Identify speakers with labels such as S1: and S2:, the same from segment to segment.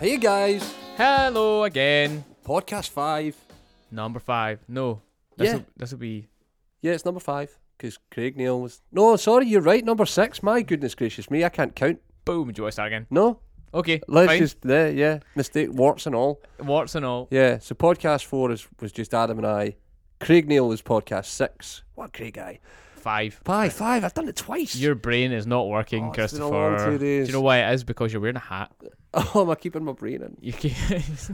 S1: Hey guys,
S2: Hello again.
S1: podcast five.
S2: Number five. No. This
S1: Yeah.
S2: will this will be
S1: Yeah, it's number five because Craig Neil was. No, sorry, you're right. Number six. My goodness gracious me, I can't count.
S2: boom. Do you want to start again?
S1: No,
S2: Okay.
S1: let's
S2: fine.
S1: just there. Yeah, mistake warts and all.
S2: warts and all.
S1: Yeah, so podcast four is was just Adam and I. Craig Neil was podcast six. What a great guy?
S2: Five.
S1: Five, five. I've done it twice.
S2: Your brain is not working,
S1: Oh, it's been a long
S2: Christopher.
S1: two days.
S2: Do you know why it is? Because you're wearing a hat.
S1: oh, am I keeping my brain in?
S2: You keep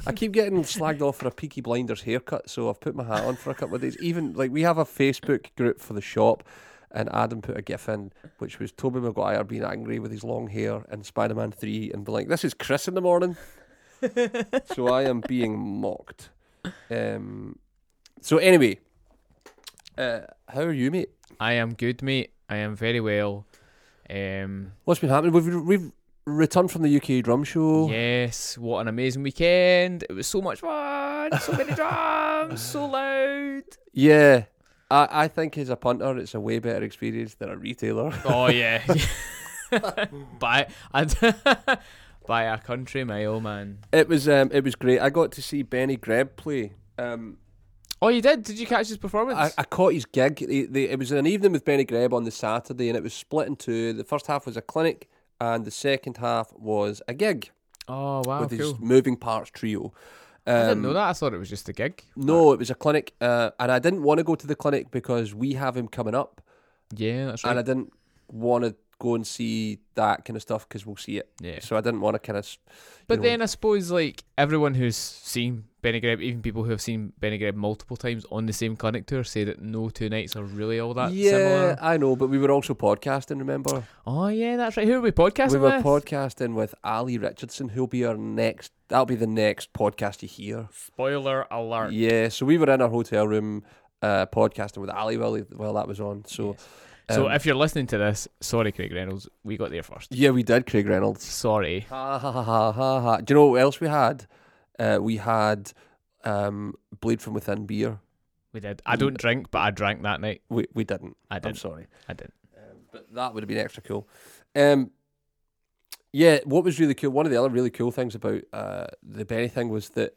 S1: I keep getting slagged off for a Peaky Blinders haircut, so I've put my hat on for a couple of days. Even like we have a Facebook group for the shop, and Adam put a gif in, which was Toby Maguire being angry with his long hair in Spider Man Three, and be like, "This is Chris in the morning." so I am being mocked. Um, so anyway, uh, how are you, mate?
S2: I am good, mate. I am very well. Um
S1: What's been happening? We've we've returned from the UK drum show.
S2: Yes, what an amazing weekend. It was so much fun. So many drums, so loud.
S1: Yeah. I, I think as a punter, it's a way better experience than a retailer.
S2: Oh yeah. by I, by a country mile, man.
S1: It was um, it was great. I got to see Benny Greb play. Um,
S2: Oh, you did? Did you catch his performance?
S1: I, I caught his gig. They, they, it was an evening with Benny Greb on the Saturday, and it was split in two. The first half was a clinic, and the second half was a gig
S2: oh wow,
S1: with
S2: cool.
S1: his Moving Parts trio. Um,
S2: I didn't know that. I thought it was just a gig.
S1: No, it was a clinic, uh, and I didn't want to go to the clinic because we have him coming up,
S2: Yeah, that's
S1: and
S2: right.
S1: I didn't want to go and see that kind of stuff because we'll see it.
S2: yeah.
S1: So I didn't want to kind of.
S2: But
S1: know-
S2: then I suppose like everyone who's seen Benny Greb, even people who have seen Benny Greb multiple times on the same clinic tour, say that no two nights are really all that
S1: yeah,
S2: similar.
S1: I know, but we were also podcasting. Remember.
S2: Oh yeah, that's right. Who are we podcasting
S1: we were
S2: with?
S1: podcasting with Ali Richardson, who'll be our next. That'll be the next podcast you hear.
S2: Spoiler alert.
S1: Yeah, so we were in our hotel room uh, podcasting with Ali while, he- while that was on. So,
S2: So
S1: um,
S2: if you're listening to this, sorry, Craig Reynolds, we got there first.
S1: yeah, we did Craig Reynolds.
S2: Sorry.
S1: Ha ha ha ha ha! ha. Do you know what else we had? Uh, we had um, Blade from Within beer.
S2: We did. I don't drink, but I drank that night.
S1: We we didn't.
S2: I
S1: I'm
S2: did.
S1: sorry,
S2: I did.
S1: Um, but that would have been extra cool. Um, yeah, what was really cool? One of the other really cool things about uh, the Benny thing was that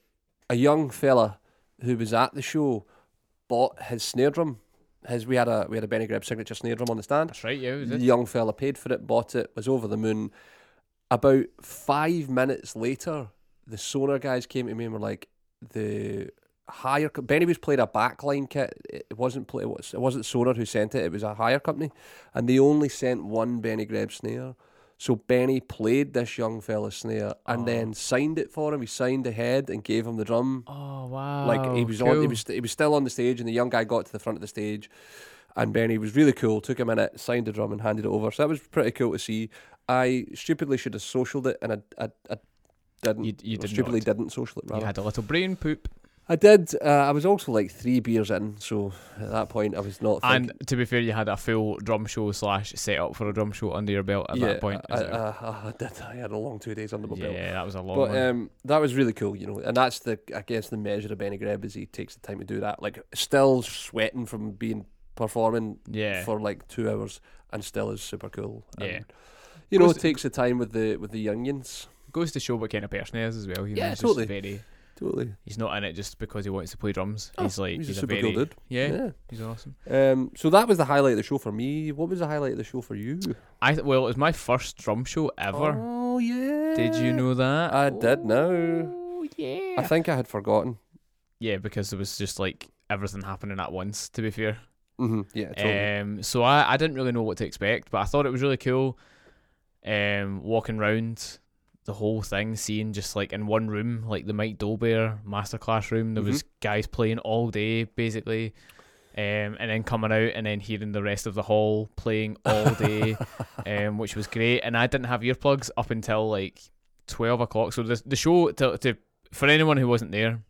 S1: a young fella who was at the show bought his snare drum. His we had a we had a Benny Greb signature snare drum on the stand.
S2: That's right. Yeah. We
S1: The
S2: did.
S1: young fella paid for it, bought it, was over the moon. About five minutes later, the sonar guys came to me and were like, "The higher co- Benny was played a backline kit. It wasn't pla- it was it wasn't sonar who sent it. It was a higher company, and they only sent one Benny Greb snare." So Benny played this young fella's snare and
S2: Oh.
S1: then signed it for him. He signed the head and gave him the drum.
S2: Oh wow.
S1: Like he was on,
S2: cool.
S1: he was he was still on the stage, and the young guy got to the front of the stage, and Benny was really cool. Took a minute, signed the drum, and handed it over. So that was pretty cool to see. I stupidly should have socialed it, and I I, I didn't.
S2: You- you
S1: Or
S2: did
S1: stupidly
S2: not.
S1: didn't social it.
S2: You
S1: Rather,
S2: had a little brain poop.
S1: I did. Uh, I was also like three beers in, so at that point I was not.
S2: And
S1: thinking-
S2: to be fair, you had a full drum show slash set up for a drum show under your belt at
S1: yeah,
S2: that point.
S1: I,
S2: is
S1: I,
S2: it?
S1: I- I did. I had a long two days under my belt.
S2: yeah, that was a long
S1: But
S2: one.
S1: um, that was really cool, you know, and that's the I guess the measure of Benny Greb is he takes the time to do that. Like still sweating from being performing
S2: yeah,
S1: for like two hours and still is super cool. And,
S2: Yeah.
S1: you know,
S2: Goes-
S1: takes the time with the with the unions.
S2: goes to show what kind of person he is as well. You
S1: Yeah,
S2: know, he's
S1: totally.
S2: Just very,
S1: Totally.
S2: he's not in it just because he wants to play drums. Oh, he's like
S1: Oh, he's
S2: he's,
S1: a super
S2: very,
S1: cool dude.
S2: Yeah,
S1: Yeah.
S2: he's awesome.
S1: Um. So that was the highlight of the show for me. What was the highlight of the show for you?
S2: I th- well, it was my first drum show ever.
S1: Oh yeah.
S2: Did you know that?
S1: I did now.
S2: Oh, yeah.
S1: I think I had forgotten.
S2: yeah, because there was just like everything happening at once. To be fair.
S1: hmm Yeah. Totally.
S2: Um, so I, I didn't really know what to expect, but I thought it was really cool. Um, walking round the whole thing, seeing just like in one room, like the Mike Dolbear masterclass room, there was guys playing all day basically. Um, and then coming out and then hearing the rest of the hall playing all day, um, which was great. And I didn't have earplugs up until like twelve o'clock. So the the show to, to for anyone who wasn't there,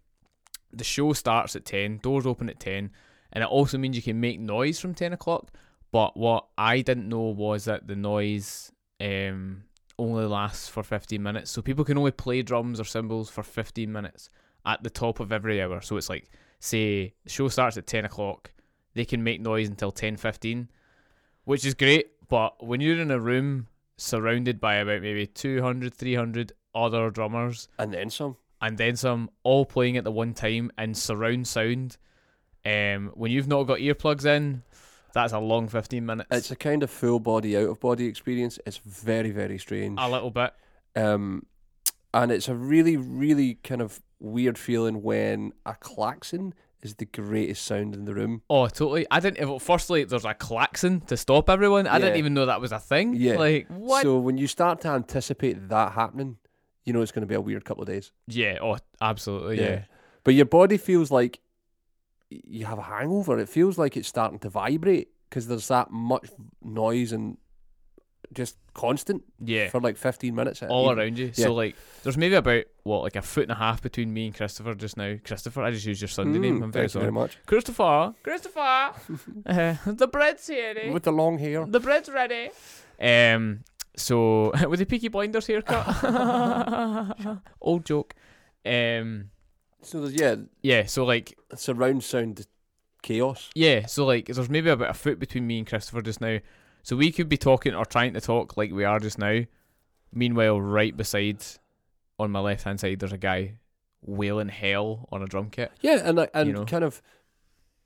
S2: the show starts at ten. Doors open at ten and it also means you can make noise from 10 o'clock but what i didn't know was that the noise um, only lasts for 15 minutes so people can only play drums or cymbals for 15 minutes at the top of every hour so it's like say the show starts at 10 o'clock they can make noise until 10.15 which is great but when you're in a room surrounded by about maybe 200 300 other drummers
S1: and then some.
S2: and then some, all playing at the one time in surround sound. Um, when you've not got earplugs in, that's a long fifteen minutes.
S1: It's a kind of full body out of body experience. It's very very strange.
S2: a little bit.
S1: Um, and it's a really, really kind of weird feeling when a klaxon is the greatest sound in the room.
S2: Oh, totally. I didn't. Well, firstly, there's a klaxon to stop everyone. I didn't
S1: Yeah.
S2: even know that was a thing.
S1: Yeah.
S2: Like what?
S1: So when you start to anticipate that happening, you know it's going to be a weird couple of days.
S2: yeah. Oh, absolutely. Yeah.
S1: But your body feels like y- you have a hangover. It feels like it's starting to vibrate because there's that much noise and just constant
S2: Yeah.
S1: for like 15 minutes.
S2: all
S1: Even-
S2: around you.
S1: yeah.
S2: So like, there's maybe about what like a foot and a half between me and Christopher just now. Christopher, I just used your Sunday name.
S1: Mm,
S2: I'm very
S1: thank you
S2: sorry.
S1: very much.
S2: Christopher, Christopher, Uh, the bread's here. eh?
S1: With the long hair.
S2: The bread's ready. Um. So with the Peaky Blinders haircut, old joke. Um.
S1: So there's, yeah,
S2: Yeah. So like,
S1: surround sound chaos.
S2: yeah. So like, there's maybe about a foot between me and Christopher just now. So we could be talking or trying to talk like we are just now. Meanwhile, right beside, on my left hand side, there's a guy wailing hell on a drum kit.
S1: Yeah, and I- and
S2: know?
S1: kind of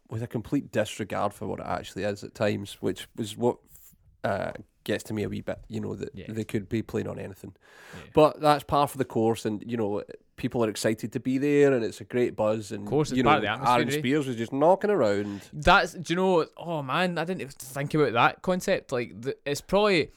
S1: with a complete disregard for what it actually is at times, which was what uh, gets to me a wee bit. You know that
S2: Yeah.
S1: they could be playing on anything,
S2: Yeah.
S1: but that's par for the course, and you know people are excited to be there, and it's a great buzz, and
S2: course, it's
S1: you know
S2: part of the atmosphere,
S1: Aaron
S2: eh?
S1: Spears was just knocking around.
S2: That's do you know? Oh man, I didn't even think about that concept. Like the, it's probably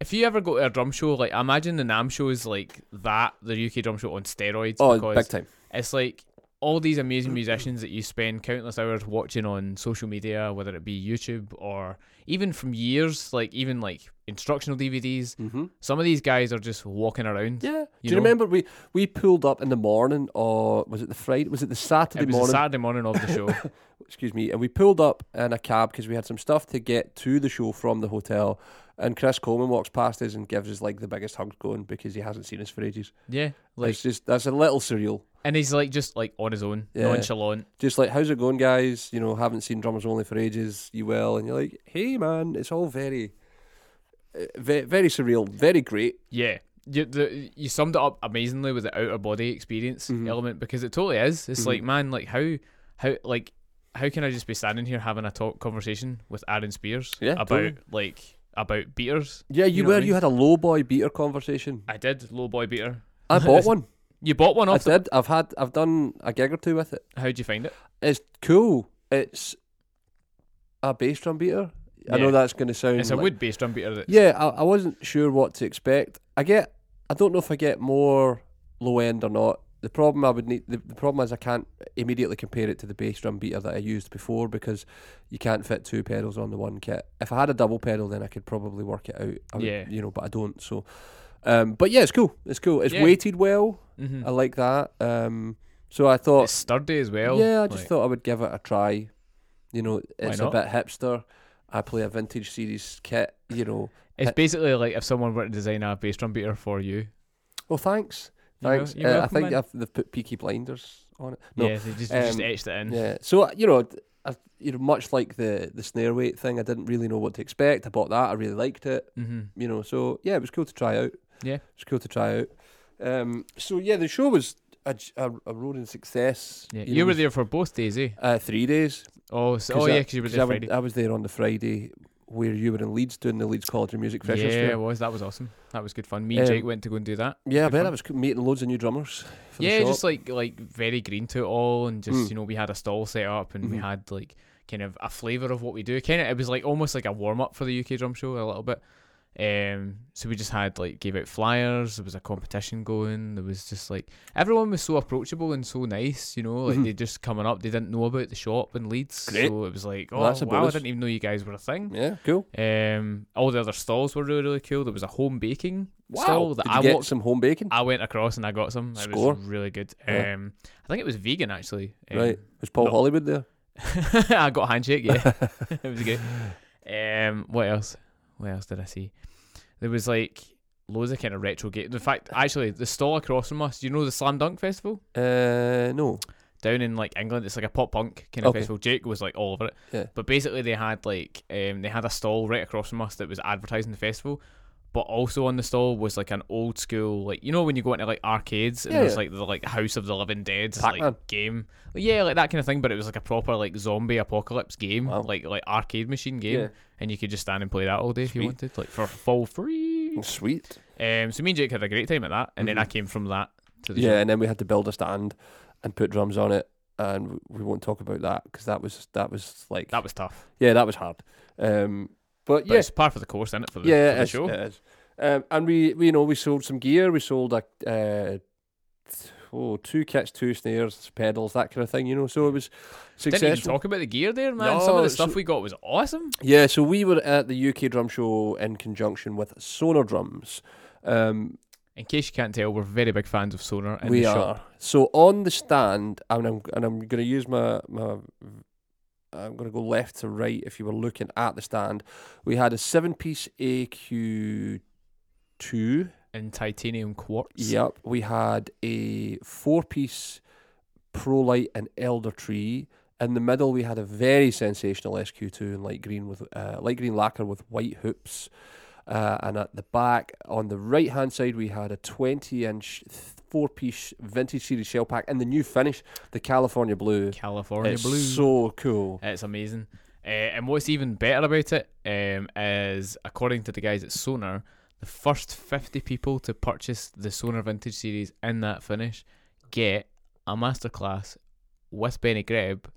S2: if you ever go to a drum show, like imagine the Nam shows like that, the UK drum show on steroids.
S1: Oh,
S2: because
S1: big time!
S2: it's like all these amazing musicians that you spend countless hours watching on social media, whether it be YouTube or even from years, like even like instructional DVDs.
S1: hmm
S2: Some of these guys are just walking around.
S1: Yeah, do
S2: You
S1: you
S2: know?
S1: remember we we pulled up in the morning, or was it the Friday? Was it the Saturday
S2: It was a
S1: morning?
S2: Saturday morning of the show.
S1: excuse me, and we pulled up in a cab because we had some stuff to get to the show from the hotel. And Chris Coleman walks past us and gives us like the biggest hugs going because he hasn't seen us for ages.
S2: yeah, like
S1: it's just that's a little surreal.
S2: and he's like just like on his own,
S1: Yeah.
S2: nonchalant.
S1: Just like, how's it going, guys? You know, haven't seen drummers only for ages. You will, and you're like, hey, man, it's all very, very, very surreal, very great.
S2: Yeah. You, the, you summed it up amazingly with the outer body experience
S1: Mhm.
S2: element because it totally is. It's
S1: Mhm.
S2: like, man, like how, how, like, how can I just be standing here having a talk conversation with Aaron Spears
S1: Yeah,
S2: about
S1: totally.
S2: like about beaters?
S1: Yeah, you,
S2: You know what
S1: were.
S2: I mean?
S1: You had a low boy beater conversation.
S2: I did low boy beater.
S1: I bought one.
S2: You bought one
S1: I
S2: off.
S1: did. I've had. I've done a gig or two with it.
S2: The, how'd you find it?
S1: It's cool. It's a bass drum beater. I
S2: Yeah.
S1: know that's going to sound.
S2: It's a
S1: like-
S2: wood based drum beater. That,
S1: Yeah, I, I wasn't sure what to expect. I get. I don't know if I get more low end or not. The problem I would need. The, the problem is I can't immediately compare it to the bass drum beater that I used before because you can't fit two pedals on the one kit. If I had a double pedal, then I could probably work it out. I would-
S2: Yeah.
S1: you know, but I don't. So, um, but yeah, it's cool. It's cool. It's
S2: Yeah.
S1: weighted well.
S2: hmm
S1: I like that. Um, so I thought
S2: it's sturdy as well.
S1: yeah, I just
S2: Like,
S1: thought I would give it a try. You know, it's a
S2: not?
S1: bit hipster. I play a vintage series kit. You know,
S2: it's basically like if someone were to design a bass drum beater for you.
S1: well, thanks,
S2: You're wel-
S1: thanks.
S2: you're
S1: Uh, I
S2: welcome,
S1: think
S2: man.
S1: I've, they've put Peaky Blinders on it. No,
S2: yeah, they just, they just
S1: um,
S2: etched it in.
S1: yeah. So you know, I, you know, much like the the snare weight thing, I didn't really know what to expect. I bought that. I really liked it.
S2: Mm-hmm.
S1: You know, so yeah, it was cool to try out.
S2: Yeah.
S1: it's cool to try out. Um, so yeah, the show was a, j- a, a roaring success.
S2: Yeah, you,
S1: know,
S2: were there for both days, eh?
S1: uh, three days.
S2: Oh, so,
S1: 'Cause
S2: oh
S1: I-
S2: yeah, because you were
S1: 'cause
S2: there
S1: I, went-
S2: Friday.
S1: I was there on the Friday where you were in Leeds doing the Leeds College of Music Freshers
S2: yeah, it
S1: Fair.
S2: was. That was awesome. That was good fun. Me
S1: Um,
S2: and Jake went to go and do that.
S1: Yeah, I
S2: good
S1: bet
S2: fun.
S1: that was cool, meeting loads of new drummers. For
S2: Yeah,
S1: the shop.
S2: just like like very green to it all, and just
S1: Mm.
S2: you know we had a stall set up, and we
S1: Mhm.
S2: had like kind of a flavour of what we do. Kind of it was like almost like a warm up for the UK drum show a little bit. Um, so we just had like gave out flyers. There was a competition going. There was just like everyone was so approachable and so nice. You know, like
S1: Mhm.
S2: they just coming up. They didn't know about the shop in Leeds,
S1: Great.
S2: so it was like, oh
S1: Well, that's a
S2: wow, I
S1: bonus.
S2: didn't even know you guys were a thing.
S1: yeah, cool.
S2: Um, all the other stalls were really really cool. There was a home baking stall that
S1: Did you
S2: I
S1: get
S2: walked.
S1: some home baking?
S2: I went across and I got some. It
S1: Score.
S2: was really good.
S1: Yeah.
S2: Um, I think it was vegan actually. Um,
S1: right, was Paul
S2: no.
S1: Hollywood there?
S2: I got a handshake. Yeah, it was good. Um, what else? What else did I see? There was like loads of kind of retro games. In fact, actually, the stall across from us. You know the Slam Dunk Festival
S1: Uh, no.
S2: down in like England. It's like a pop punk kind of
S1: Okay.
S2: festival. Jake was like all over it.
S1: Yeah.
S2: But basically, they had like um, they had a stall right across from us that was advertising the festival. But also on the stall was like an old school, like you know when you go into like arcades and
S1: Yeah,
S2: there's
S1: yeah.
S2: like the like House of the Living Dead
S1: Pac-Man.
S2: like game, Like, yeah, like that kind of thing. But it was like a proper like zombie apocalypse game,
S1: Wow.
S2: like like arcade machine game,
S1: Yeah.
S2: and you could just stand and play that all day if you
S1: Sweet.
S2: wanted, like for full free.
S1: Sweet.
S2: Um, so me and Jake had a great time at that, and then I came from that to the
S1: Mm-hmm. Yeah,
S2: gym.
S1: and then we had to build a stand and put drums on it, and w- we won't talk about that because that was that was like
S2: That was tough,
S1: yeah, that was hard. Um, but
S2: but
S1: yeah,
S2: it's par for the course, isn't it? For the,
S1: yeah,
S2: for
S1: it
S2: the
S1: is,
S2: show.
S1: it is. Um, and we, we, you know, we sold some gear. We sold a uh, t- oh two kits, two snares, pedals, that kind of thing. You know, so it was
S2: Didn't even
S1: successful.
S2: talk about the gear there, man. Some
S1: No,
S2: of the
S1: so-
S2: stuff we got was awesome.
S1: Yeah, so we were at the UK Drum Show in conjunction with Sonar Drums. Um,
S2: In case you can't tell, we're very big fans of Sonar in
S1: we
S2: the
S1: are
S2: shop.
S1: so on the stand, and I'm and I'm going to use my my. I'm going to go left to right. If you were looking at the stand, we had a seven-piece AQ two.
S2: In titanium quartz.
S1: Yep. We had a four piece Prolite and Elder Tree. In the middle, we had a very sensational SQ2 in light green with uh, light green lacquer with white hoops. Uh, and at the back, on the right hand side, we had a 20 inch four piece vintage series shell pack and the new finish, the California Blue.
S2: California
S1: it's
S2: blue.
S1: so cool.
S2: it's amazing. Uh, and what's even better about it um, is, according to the guys at Sonar, the first 50 people to purchase the Sonar Vintage Series in that finish get a masterclass with Benny Greb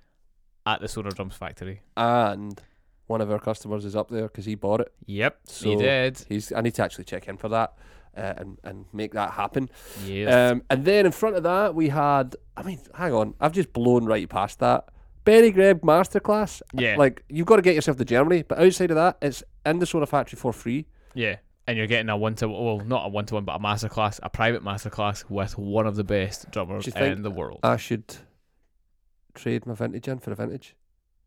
S2: at the Sonar Drums Factory.
S1: And one of our customers is up there because he bought it.
S2: Yep, he
S1: So-
S2: did.
S1: He's I need to actually check in for that uh, and, and make that happen.
S2: Yeah.
S1: Um, and then in front of that, we had. I mean, hang on, I've just blown right past that. Benny Greb masterclass.
S2: Yeah.
S1: Like you've got to get yourself to Germany, but outside of that, it's in the Soda Factory for free.
S2: Yeah. And you're getting a one to well, not a one to one, but a masterclass, a private masterclass with one of the best drummers
S1: Do you think-
S2: in the world.
S1: I should trade my vintage in for a vintage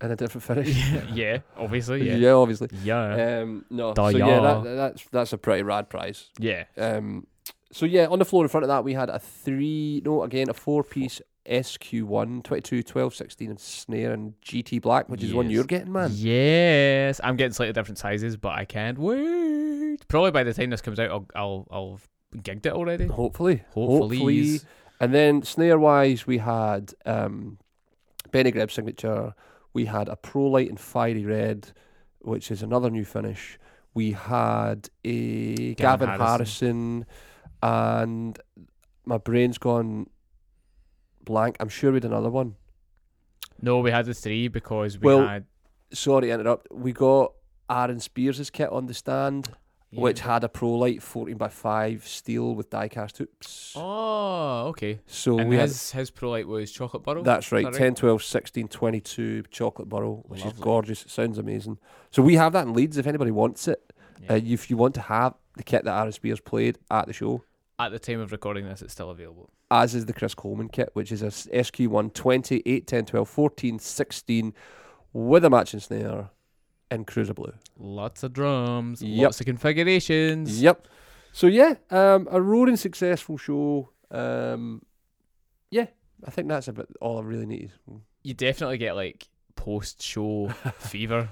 S1: and a different finish.
S2: yeah, obviously. Yeah.
S1: obviously.
S2: Yeah.
S1: Um, no,
S2: Da
S1: so yeah,
S2: ya.
S1: that, that's that's a pretty rad prize.
S2: yeah.
S1: Um, so yeah, on the floor in front of that, we had a three, no, again a four-piece SQ1, 22, 12, 16, and snare and GT black, which is one
S2: Yes.
S1: you're getting, man.
S2: Yes, I'm getting slightly different sizes, but I can't wait. Probably by the time this comes out, I'll I'll, I'll have gigged it already.
S1: Hopefully.
S2: Hopefully,
S1: And then snare wise, we had um, Benny Greb signature. We had a Pro Light and Fiery Red, which is another new finish. We had a
S2: Gavin
S1: Gavin, Harrison. and my brain's gone blank. I'm sure we had another one.
S2: no, we had the three because we
S1: Well,
S2: had
S1: Sorry, to interrupt. We got Aaron Spears' kit on the stand, which had a Pro Light 14 by 5 steel with diecast hoops.
S2: oh okay.
S1: So
S2: and
S1: we had
S2: his his pro light was chocolate bottle.
S1: That's right.
S2: Is that
S1: 10, 12, 16, 22 chocolate burrow, which is
S2: Lovely.
S1: gorgeous. It sounds amazing. So we have that in Leeds if anybody wants it.
S2: Yeah.
S1: Uh, if you want to have the kit that Aaron Spears played at the show,
S2: At the time of recording this, it's still available.
S1: as is the Chris Coleman kit, which is a s- SQ1 20, 8, 10, 12, 14, 16 with a matching snare in Cruiser Blue.
S2: Lots of drums,
S1: Yep.
S2: lots of configurations.
S1: Yep. So yeah, um, a roaring successful show. Um, yeah, I think that's about all I really need.
S2: You definitely get like post show fever.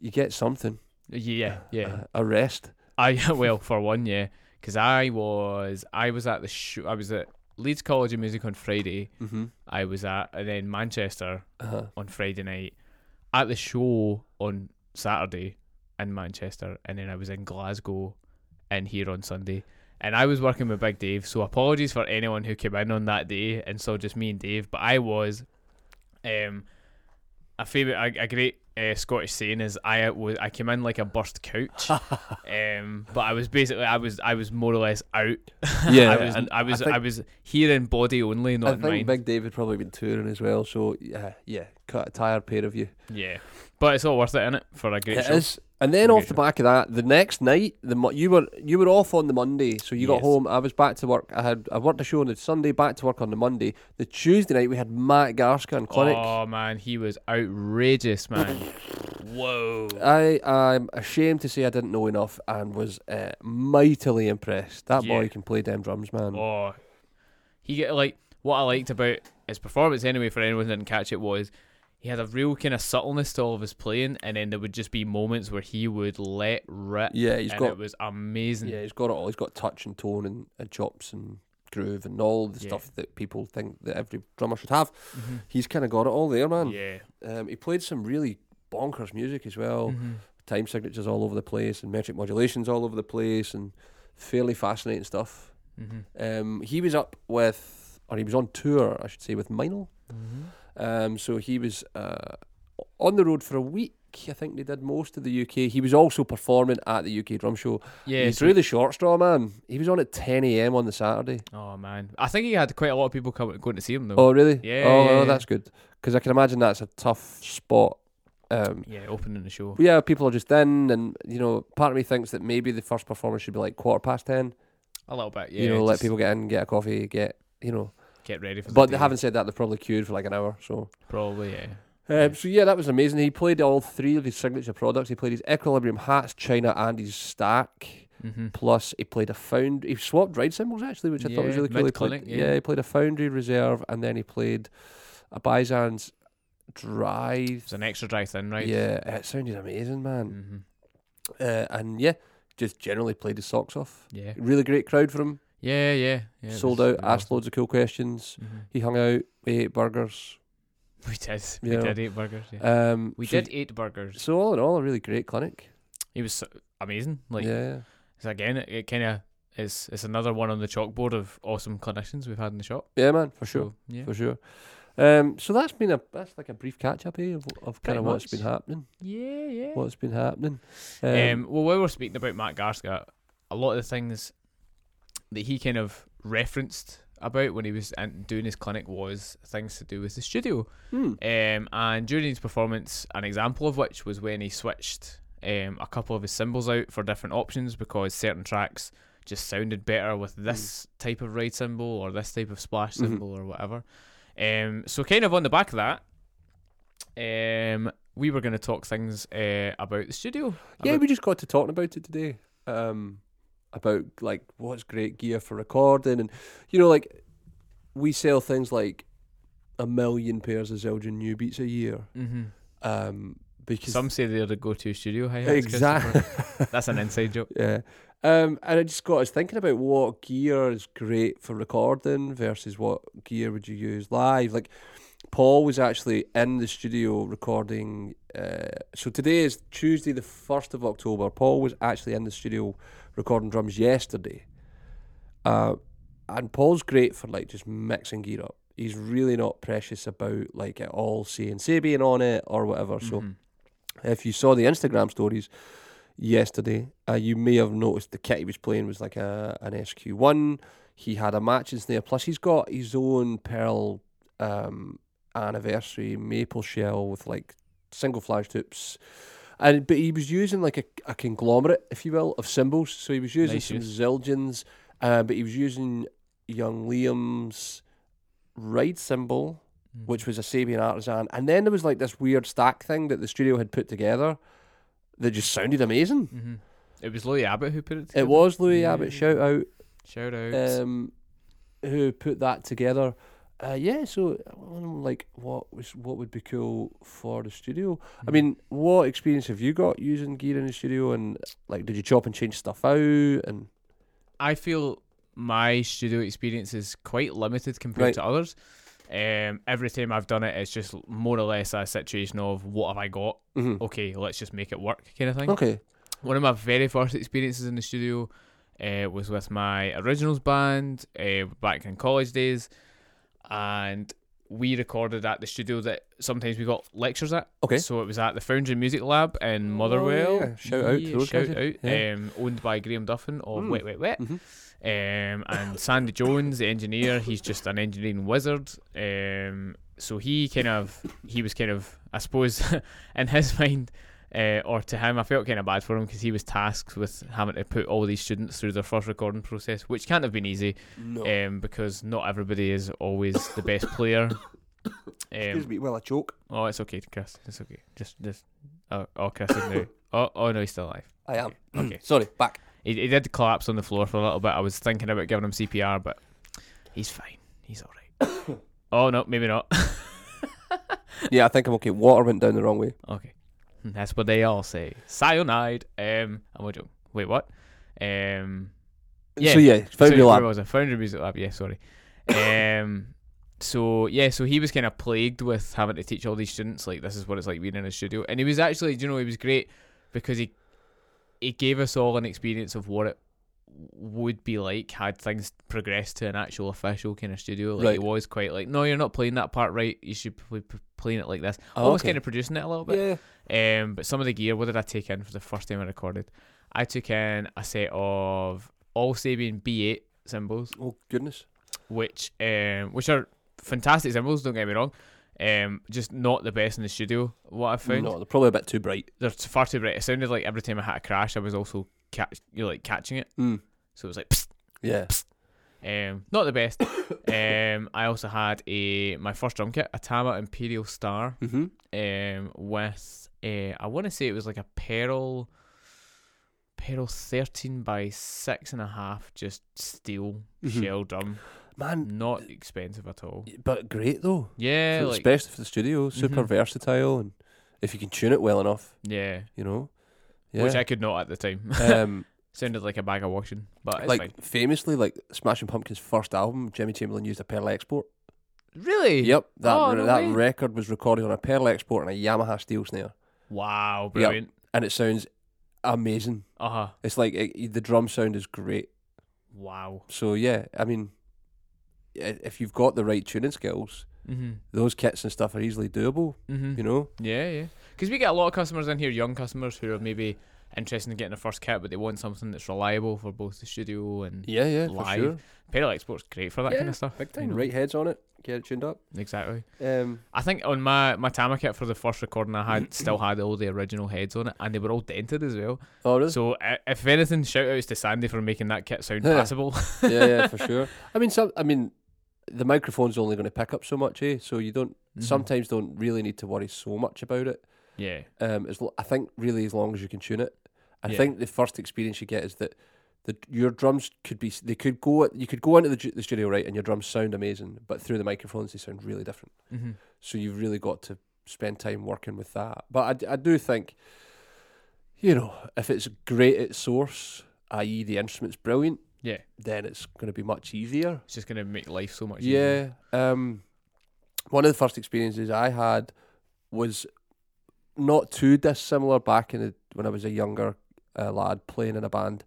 S1: You get something.
S2: Yeah, yeah.
S1: Uh, a rest.
S2: I well for one, yeah, because I was I was at the show. I was at Leeds College of Music on Friday.
S1: Mm-hmm.
S2: I was at and then Manchester
S1: Uh-huh.
S2: on Friday night. At the show on Saturday in Manchester, and then I was in Glasgow and here on Sunday. And I was working with Big Dave, so apologies for anyone who came in on that day and saw just me and Dave. But I was, um, a favorite, a, a great uh, Scottish saying is I was I came in like a burst couch, um, but I was basically I was I was more or less out.
S1: Yeah,
S2: I was
S1: and
S2: I was I,
S1: I think-
S2: was here in body only, not
S1: I
S2: in
S1: think
S2: mind.
S1: Big Dave had probably been touring as well, so yeah, yeah, cut a tired pair of you.
S2: Yeah, but it's all worth it, innit? For a great
S1: It
S2: show.
S1: is. And then
S2: Great
S1: off the
S2: show.
S1: back of that, the next night, the mo- you were you were off on the Monday, so you got
S2: Yes.
S1: home. I was back to work. I had I worked a show on the Sunday, back to work on the Monday. The Tuesday night we had Matt Garska and Clinic.
S2: Oh man, he was outrageous, man. Whoa.
S1: I am ashamed to say I didn't know enough and was uh, mightily impressed. That
S2: Yeah.
S1: boy can play damn drums, man.
S2: Oh, he get like what I liked about his performance anyway. For anyone who didn't catch it, was he had a real kind of subtleness to all of his playing, and then there would just be moments where he would let rip.
S1: Yeah, he's
S2: and
S1: got-
S2: it was amazing.
S1: Yeah, he's got it all. He's got touch and tone and, and chops and groove and all the
S2: Yeah.
S1: stuff that people think that every drummer should have.
S2: Mhm.
S1: He's kind of got it all there, man.
S2: yeah.
S1: Um, he played some really bonkers music as well.
S2: Mhm.
S1: Time signatures all over the place and metric modulations all over the place and fairly fascinating stuff.
S2: Mhm.
S1: Um, he was up with, or he was on tour, I should say, with Meinl.
S2: Mhm.
S1: Um, so he was uh, on the road for a week. I think they did most of the UK. He was also performing at the UK Drum Show.
S2: Yeah.
S1: he
S2: so-
S1: threw the short straw, man. He was on at 10 a.m. on the Saturday.
S2: oh man, I think he had quite a lot of people coming going to see him though.
S1: Oh, really?
S2: Yeah,
S1: Oh,
S2: yeah,
S1: oh,
S2: yeah.
S1: that's good. Because I can imagine that's a tough spot. Um,
S2: Yeah, opening the show.
S1: but yeah, people are just in, and you know, part of me thinks that maybe the first performance should be like quarter past ten.
S2: A little bit. Yeah.
S1: you know, let
S2: just
S1: people get in, get a coffee, get you know.
S2: get ready for.
S1: But
S2: the
S1: they
S2: day.
S1: having said that, they're probably queued for like an hour. So,
S2: Probably. Yeah.
S1: um, so yeah, that was amazing. He played all three of his signature products. He played his Equilibrium hats, China, and his Stack.
S2: Mm-hmm.
S1: Plus, he played a found. He swapped ride cymbals actually, which I thought was
S2: Yeah,
S1: really cool. He played-
S2: mid-clinic, yeah.
S1: he played a Foundry Reserve, and then he played a Byzance Dry.
S2: It's an extra dry thin, right?
S1: Yeah, it sounded amazing, man.
S2: hmm
S1: Uh, and yeah, just generally played his socks off.
S2: Yeah.
S1: Really great crowd for him.
S2: Yeah. Yeah. yeah
S1: Sold out. Asked loads of cool questions. He hung out. We ate burgers.
S2: We did.
S1: Yeah.
S2: We did eat burgers. Yeah.
S1: Um,
S2: we
S1: so-
S2: did eat burgers.
S1: So all in all, a really great clinic.
S2: He was so amazing. Like
S1: yeah.
S2: So again, it, it kind of is it's another one on the chalkboard of awesome clinicians we've had in the shop.
S1: Yeah, man, for sure,
S2: So, yeah.
S1: for sure. Um, so that's been a that's like a brief catch up here of, of kind
S2: Pretty
S1: of what's
S2: much.
S1: been happening.
S2: yeah, yeah.
S1: What's been happening?
S2: Um, well, while we're speaking about Matt Garscott, a lot of the things that he kind of referenced about when he was in, doing his clinic was things to do with the studio.
S1: hmm.
S2: Um, and during his performance, an example of which was when he switched um, a couple of his cymbals out for different options because certain tracks just sounded better with
S1: Hmm.
S2: this type of ride cymbal or this type of splash
S1: Mhm.
S2: cymbal or whatever. Um, so, kind of on the back of that, um, we were going to talk things uh, about the studio.
S1: Yeah,
S2: about-
S1: we just got to talking about it today. Um, about like what's great gear for recording, and you know, like we sell things like a million pairs of Zildjian new beats a year.
S2: Mhm.
S1: Um, because
S2: Some say they're the go to studio. Hi,
S1: exactly.
S2: That's an inside joke.
S1: Yeah. Um, and I just got us thinking about what gear is great for recording versus what gear would you use live. Like Paul was actually in the studio recording. Uh, so today is Tuesday, the first of October. Paul was actually in the studio recording drums yesterday. Uh, and Paul's great for like just mixing gear up. He's really not precious about like it all saying Sabian on it or whatever. So
S2: Mhm.
S1: if you saw the Instagram stories yesterday, uh, you may have noticed the kit he was playing was like a an SQ1. He had a match in snare, plus he's got his own Pearl um, anniversary maple shell with like single flash tips. And but he was using like a, a conglomerate, if you will, of symbols. So he was using
S2: Nice
S1: some
S2: use.
S1: Zildjians, uh, but he was using young Liam's ride symbol
S2: Mhm.
S1: which was a Sabian artisan. And then there was like this weird stack thing that the studio had put together that just sounded amazing.
S2: Mhm. It was Louis Abbott who put it together.
S1: It was Louis
S2: Yeah.
S1: Abbott, shout out,
S2: Shout out.
S1: um, who put that together. Uh, yeah, so um, like, what was what would be cool for the studio? I
S2: Mhm.
S1: mean, what experience have you got using gear in the studio? And like, did you chop and change stuff out? And
S2: I feel my studio experience is quite limited compared
S1: Right.
S2: to others. Um, every time I've done it, it's just more or less a situation of what have I got?
S1: Mhm.
S2: Okay, let's just make it work, kind of thing.
S1: okay,
S2: One of my very first experiences in the studio uh, was with my originals band uh, back in college days, and we recorded at the studio that sometimes we got lectures at.
S1: okay,
S2: So it was at the Foundry Music Lab in
S1: Oh,
S2: Motherwell.
S1: yeah. Shout out to those
S2: shout
S1: guys,
S2: out.
S1: yeah.
S2: Um, owned by Graham Duffin of
S1: Mm.
S2: Wet Wet Wet.
S1: Mhm.
S2: Um, and Sandy Jones, the engineer, he's just an engineering wizard. Um, so he kind of, he was kind of, I suppose, in his mind, uh, or to him, I felt kind of bad for him because he was tasked with having to put all these students through their first recording process, which can't have been easy
S1: no,
S2: um, because not everybody is always the best player. Um,
S1: excuse me, well I choke.
S2: Oh, it's okay, Chris. It's okay. Just, just. Oh, oh Chris is now. Oh, oh no, he's still alive.
S1: I am
S2: Okay.
S1: sorry. Back.
S2: He, he did collapse on the floor for a little bit. I was thinking about giving him CPR, but he's fine. He's all right. oh no, maybe not.
S1: Yeah, I think I'm okay. Water went down the wrong way.
S2: Okay. That's what they all say. Cyanide. Um, I'm joking. Wait, what? Um, Yeah.
S1: So yeah, found
S2: so
S1: your
S2: where
S1: lab.
S2: was I? Foundry Music Lab. Yeah, sorry. um, so yeah, so he was kind of plagued with having to teach all these students like this is what it's like being in a studio, and he was actually, do you know, he was great because he he gave us all an experience of what it would be like had things progressed to an actual official kind of studio. Like
S1: Right.
S2: he was quite like, no, you're not playing that part right. You should be p- playing it like this.
S1: Oh,
S2: Almost
S1: okay.
S2: kind of producing it a little bit.
S1: Yeah.
S2: Um, but some of the gear, what did I take in for the first time I recorded? I took in a set of all Sabian B8 cymbals,
S1: Oh goodness.
S2: which um, which are fantastic cymbals. Don't get me wrong, um, just not the best in the studio. What I found,
S1: No, they're probably a bit too bright.
S2: they're far too bright. It sounded like every time I had a crash, I was also catch, you know, like catching it.
S1: Mm.
S2: So it was like, psst,
S1: Yeah.
S2: um, not the best. um, I also had a my first drum kit, a Tama Imperial Star.
S1: Mm-hmm.
S2: um, with uh, I want to say it was like a peril, peril thirteen by six and a half, just steel
S1: Mhm.
S2: shell drum,
S1: Man,
S2: not expensive at all.
S1: but great though.
S2: Yeah,
S1: For-
S2: like
S1: especially for the studio, super
S2: Mhm.
S1: versatile, and if you can tune it well enough,
S2: yeah,
S1: you know. Yeah.
S2: which I could not at the time.
S1: um,
S2: Sounded like a bag of washing, but it's
S1: like
S2: fine.
S1: famously, like Smashing Pumpkins' first album, Jimmy Chamberlain used a Pearl Export.
S2: really,
S1: Yep, that
S2: Oh,
S1: re-
S2: no
S1: that
S2: way.
S1: record was recorded on a Pearl Export and a Yamaha steel snare,
S2: Wow, brilliant.
S1: and it sounds amazing.
S2: Uh huh.
S1: It's like it, the drum sound is great.
S2: Wow.
S1: So yeah, I mean, i- if you've got the right tuning skills,
S2: Mhm.
S1: those kits and stuff are easily doable.
S2: Mhm.
S1: You know,
S2: Yeah, yeah. Because we get a lot of customers in here, young customers who are maybe interested in getting a first kit, but they want something that's reliable for both the studio and
S1: yeah, yeah,
S2: Live,
S1: for sure.
S2: Parallel Export's great for that
S1: Yeah,
S2: kind of stuff.
S1: Big
S2: you
S1: time,
S2: know.
S1: right heads on it, get it tuned up.
S2: Exactly.
S1: Um,
S2: I think on my my Tama kit for the first recording, I
S1: Mm-hmm.
S2: had still had all the original heads on it, and they were all dented as well.
S1: oh really?
S2: So uh, if anything, shout outs to Sandy for making that kit sound
S1: Yeah.
S2: passable.
S1: yeah, yeah, for sure. I mean, some. I mean, the microphone's only going to pick up so much, eh? So you don't
S2: Mhm.
S1: sometimes don't really need to worry so much about it.
S2: Yeah.
S1: Um, as lo- I think really as long as you can tune it. I
S2: Yeah.
S1: think the first experience you get is that the your drums could be they could go you could go into the, ju- the studio right and your drums sound amazing, but through the microphones they sound really different.
S2: hmm
S1: So you've really got to spend time working with that. But I d- I, do think, you know, if it's great at source, i.e. the instrument's brilliant,
S2: Yeah.
S1: then it's going to be much easier.
S2: It's just gonna make life so much. Easier.
S1: Yeah. Um, one of the first experiences I had was not too dissimilar back in the, when I was a younger uh, lad playing in a band,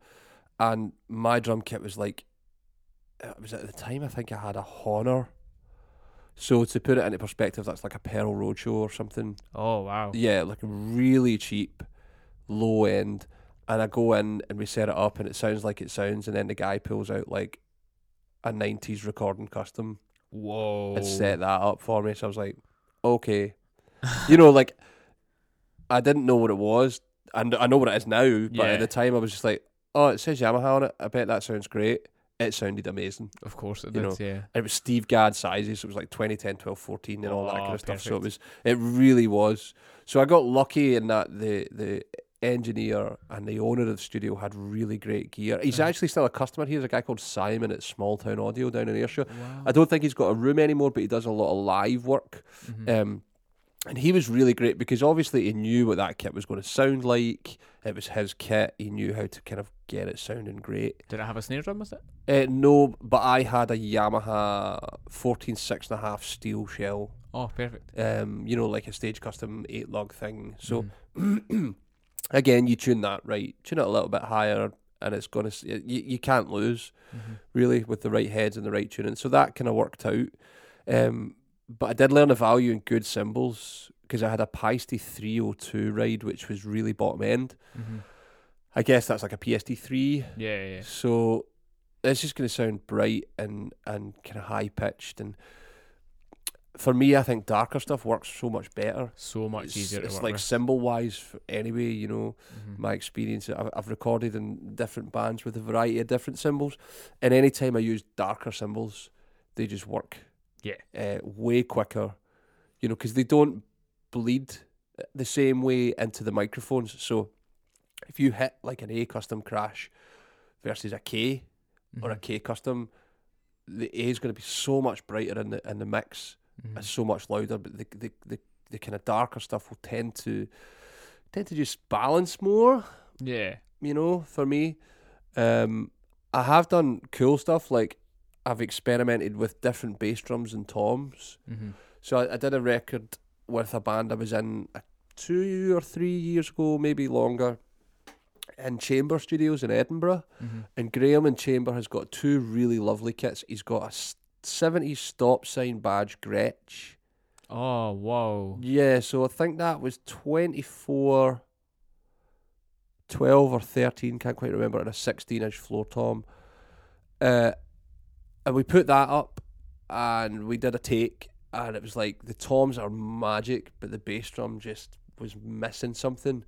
S1: and my drum kit was like it was at the time I think I had a Honor. So to put it into perspective, that's like a Pearl Roadshow or something.
S2: Oh wow.
S1: Yeah, like really cheap, low end. And I go in and we set it up, and it sounds like it sounds. And then the guy pulls out like a '90s recording custom
S2: Whoa.
S1: and set that up for me. So I was like, okay, you know, like I didn't know what it was, and I know what it is now. But
S2: Yeah.
S1: at the time, I was just like, oh, it says Yamaha on it. I bet that sounds great. It sounded amazing.
S2: Of course it
S1: you
S2: did.
S1: know,
S2: yeah.
S1: And it was Steve Gadd sizes. So it was like 20, 10, 12, 14 and all that
S2: Oh,
S1: kind of stuff. So it was,
S2: perfect.
S1: it really was. So I got lucky in that the the engineer and the owner of the studio had really great gear. He's
S2: Uh-huh.
S1: actually still a customer here. There's a guy called Simon at Small Town Audio down in Ayrshire.
S2: Wow.
S1: I don't think he's got a room anymore, but he does a lot of live work.
S2: Mhm.
S1: Um, and he was really great because obviously he knew what that kit was going to sound like. It was his kit. He knew how to kind of get it sounding great.
S2: did I have a snare drum with it?
S1: Uh, no, but I had a Yamaha 14 six and a half steel shell.
S2: Oh, perfect.
S1: Um, you know, like a stage custom eight log thing. So again, you tune that right, tune it a little bit higher, and it's gonna s- you, you can't lose
S2: Mhm.
S1: really with the right heads and the right tuning. So that kind of worked out. Um, but I did learn the value in good cymbals because I had a Paiste 302 ride, which was really bottom end.
S2: Mhm.
S1: I guess that's like a PST3.
S2: Yeah, yeah, yeah.
S1: So it's just going to sound bright and, and kind of high pitched. And for me, I think darker stuff works so much better.
S2: So much
S1: It's,
S2: easier to
S1: it's
S2: work
S1: like
S2: with.
S1: symbol wise, anyway, you know
S2: Mhm.
S1: my experience. I've, I've recorded in different bands with a variety of different symbols, and any time I use darker symbols, they just work.
S2: Yeah.
S1: uh, way quicker, you know, because they don't bleed eh, the same way into the microphones. So if you hit like an A custom crash versus a K or a
S2: Mhm.
S1: K custom, the A is going to be so much brighter in the in the mix
S2: Mhm.
S1: and so much louder, but the the the the kind of darker stuff will tend to tend to just balance more
S2: Yeah.
S1: you know, for me. Um, I have done cool stuff like I've experimented with different bass drums and toms.
S2: Mm-hmm.
S1: So I, I did a record with a band I was in uh, two or three years ago, maybe longer, in Chamber Studios in Edinburgh.
S2: Mm-hmm.
S1: And Graham in Chamber has got two really lovely kits. He's got a s- 70s stop sign badge Gretsch.
S2: Oh wow.
S1: Yeah, so I think that was 24, 12 or 13, can't quite remember, and a 16 inch floor tom. Uh, and we put that up and we did a take, and it was like the toms are magic, but the bass drum just was missing something.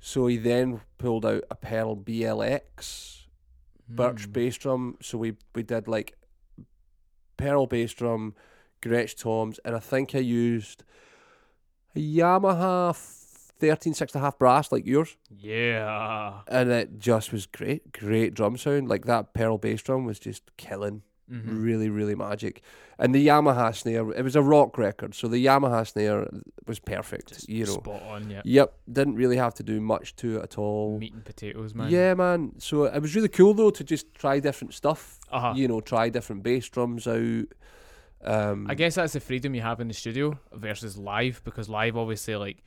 S1: So he then pulled out a Pearl BLX. Birch
S2: Mm.
S1: bass drum. So we we did like Pearl bass drum, Gretsch toms, and I think I used a Yamaha f- 13 six and a half brass like yours,
S2: Yeah.
S1: and it just was great, great drum sound. Like that Pearl bass drum was just killing,
S2: Mm-hmm.
S1: really, really magic. And the Yamaha snare, it was a rock record, so the Yamaha snare was perfect. you know,
S2: Spot on. Yeah.
S1: yep, didn't really have to do much to it at all.
S2: Meat and potatoes, man.
S1: Yeah, man. So it was really cool though to just try different stuff
S2: Uh-huh.
S1: you know, try different bass drums out. Um,
S2: I guess that's the freedom you have in the studio versus live because live obviously like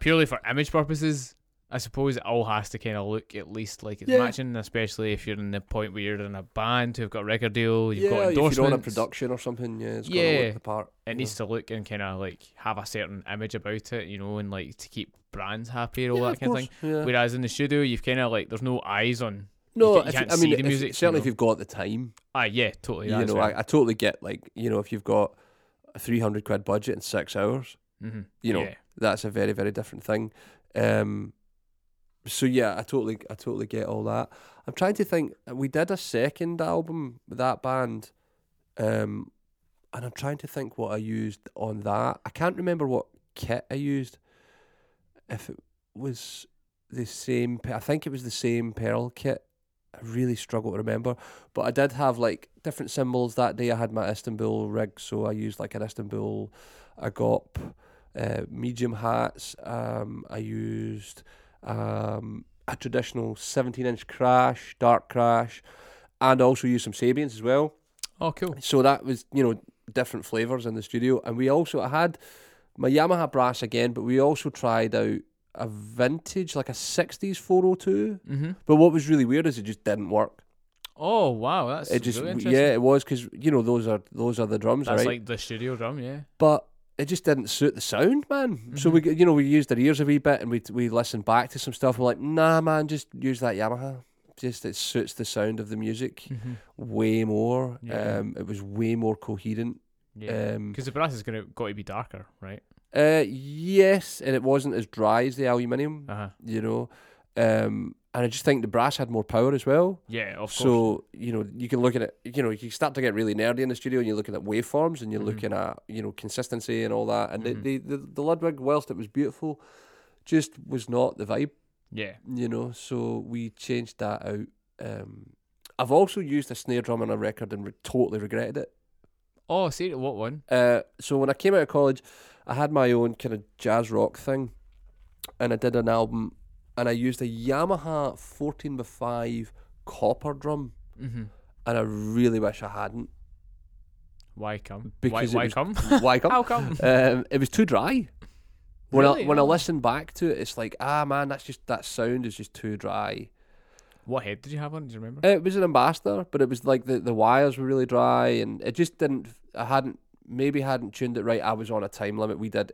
S2: purely for image purposes. I suppose it all has to kind of look at least like it's
S1: Yeah.
S2: matching, especily if you're in the point where you're in a band who've got a record deal, you've
S1: yeah, if
S2: got
S1: you're on a
S2: endorsements.
S1: production or something, yeah, it's gonna
S2: Yeah.
S1: look the part.
S2: it needs to look and kind of like have a certain image about it, you know, and like to keep brands happy and all that kind of thing.
S1: Yeah.
S2: Whereas in the studio, you've kind of like there's no eyes on.
S1: no,
S2: you
S1: if-
S2: can't
S1: I mean,
S2: see the
S1: if-
S2: music,
S1: certainly
S2: you
S1: if you've got the time,
S2: Ah, yeah, totally.
S1: you know, I, I totally get like you know if you've got a three hundred quid budget in six hours,
S2: mm-hmm.
S1: you know,
S2: yeah.
S1: that's a very very different thing. Um, so yeah, I totally I totally get all that. I'm trying to think. We did a second album with that band, um, and I'm trying to think what I used on that. I can't remember what kit I used. If it was the same, pe- I think it was the same Pearl kit. I really struggle to remember, but I did have like different symbols that day. I had my Istanbul rig, so I used like an Istanbul agop, uh, medium hats. Um, I used um, a traditional 17 inch crash, dark crash, and also used some Sabians as well.
S2: Oh, cool.
S1: So that was, you know, different flavours in the studio. And we also, I had my Yamaha brass again, but we also tried out a vintage, like a 60s 402.
S2: Mm-hmm.
S1: But what was really weird is it just didn't work.
S2: Oh, wow, that's
S1: it just,
S2: really interesting.
S1: yeah, it was because, you know, those are those are the drums,
S2: That's
S1: right?
S2: like the studio drum, yeah.
S1: but it just didn't suit the sound, man. So
S2: Mm-hmm.
S1: we, g- you know, we used our ears a wee bit, and we we listened back to some stuff. We're like, nah, man, just use that Yamaha. Just it suits the sound of the music way more.
S2: Hmm. Yeah.
S1: Um, it was way more coherent.
S2: Yeah,
S1: Um,
S2: because the brass is gonna got to be darker, right?
S1: uh, yes, and it wasn't as dry as the aluminium,
S2: Uh huh.
S1: you know. Um, and I just think the brass had more power as well.
S2: Yeah, of course.
S1: So you know you can look at it. You know you start to get really nerdy in the studio, and you're looking at waveforms, and you're
S2: Mhm.
S1: looking at you know consistency and all that. And
S2: Mhm.
S1: the, the the the Ludwig, whilst it was beautiful, just was not the vibe.
S2: Yeah.
S1: You know, so we changed that out. Um, I've also used a snare drum on a record and re- totally regretted it.
S2: Oh, see what one?
S1: Uh, so when I came out of college, I had my own kind of jazz rock thing, and I did an album, and I used a Yamaha fourteen by five copper drum,
S2: Mm-hmm.
S1: and I really wish I hadn't.
S2: Why come?
S1: Because it
S2: why why
S1: was-
S2: come?
S1: Why come?
S2: How come?
S1: Um, it was too dry. When
S2: Really?
S1: I when I
S2: Oh.
S1: listen back to it, it's like ah man, that's just that sound is just too dry.
S2: what head did you have on? Do you remember?
S1: It was an ambassador, but it was like the the wires were really dry, and it just didn't. I hadn't maybe hadn't tuned it right. I was on a time limit. We did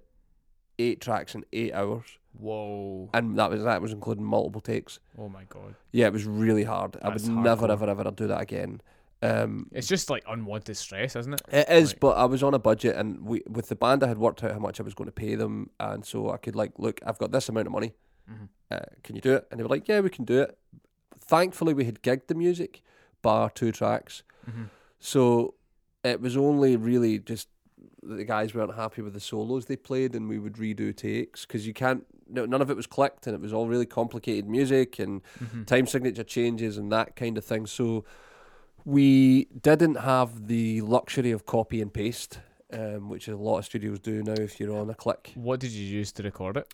S1: eight tracks in eight hours,
S2: Whoa!
S1: and that was that was including multiple takes.
S2: Oh my god!
S1: Yeah, it was really hard. I would
S2: That's
S1: never
S2: hardcore.
S1: ever ever do that again. Um,
S2: It's just like unwanted stress, isn't it?
S1: It is,
S2: Like-
S1: but I was on a budget, and we with the band, I had worked out how much I was going to pay them, and so I could like, look, I've got this amount of money.
S2: Mhm.
S1: Uh, can you do it? And they were like, Yeah, we can do it. Thankfully, we had gigged the music, bar two tracks,
S2: Mm-hmm.
S1: so it was only really just that the guys weren't happy with the solos they played, and we would redo takes because you can't. No, none of it was clicked, and it was all really complicated music, and
S2: Mm-hmm.
S1: time signature changes and that kind of thing. So we didn't have the luxury of copy and paste um, which a lot of studios do now if you're on a click.
S2: What did you use to record it?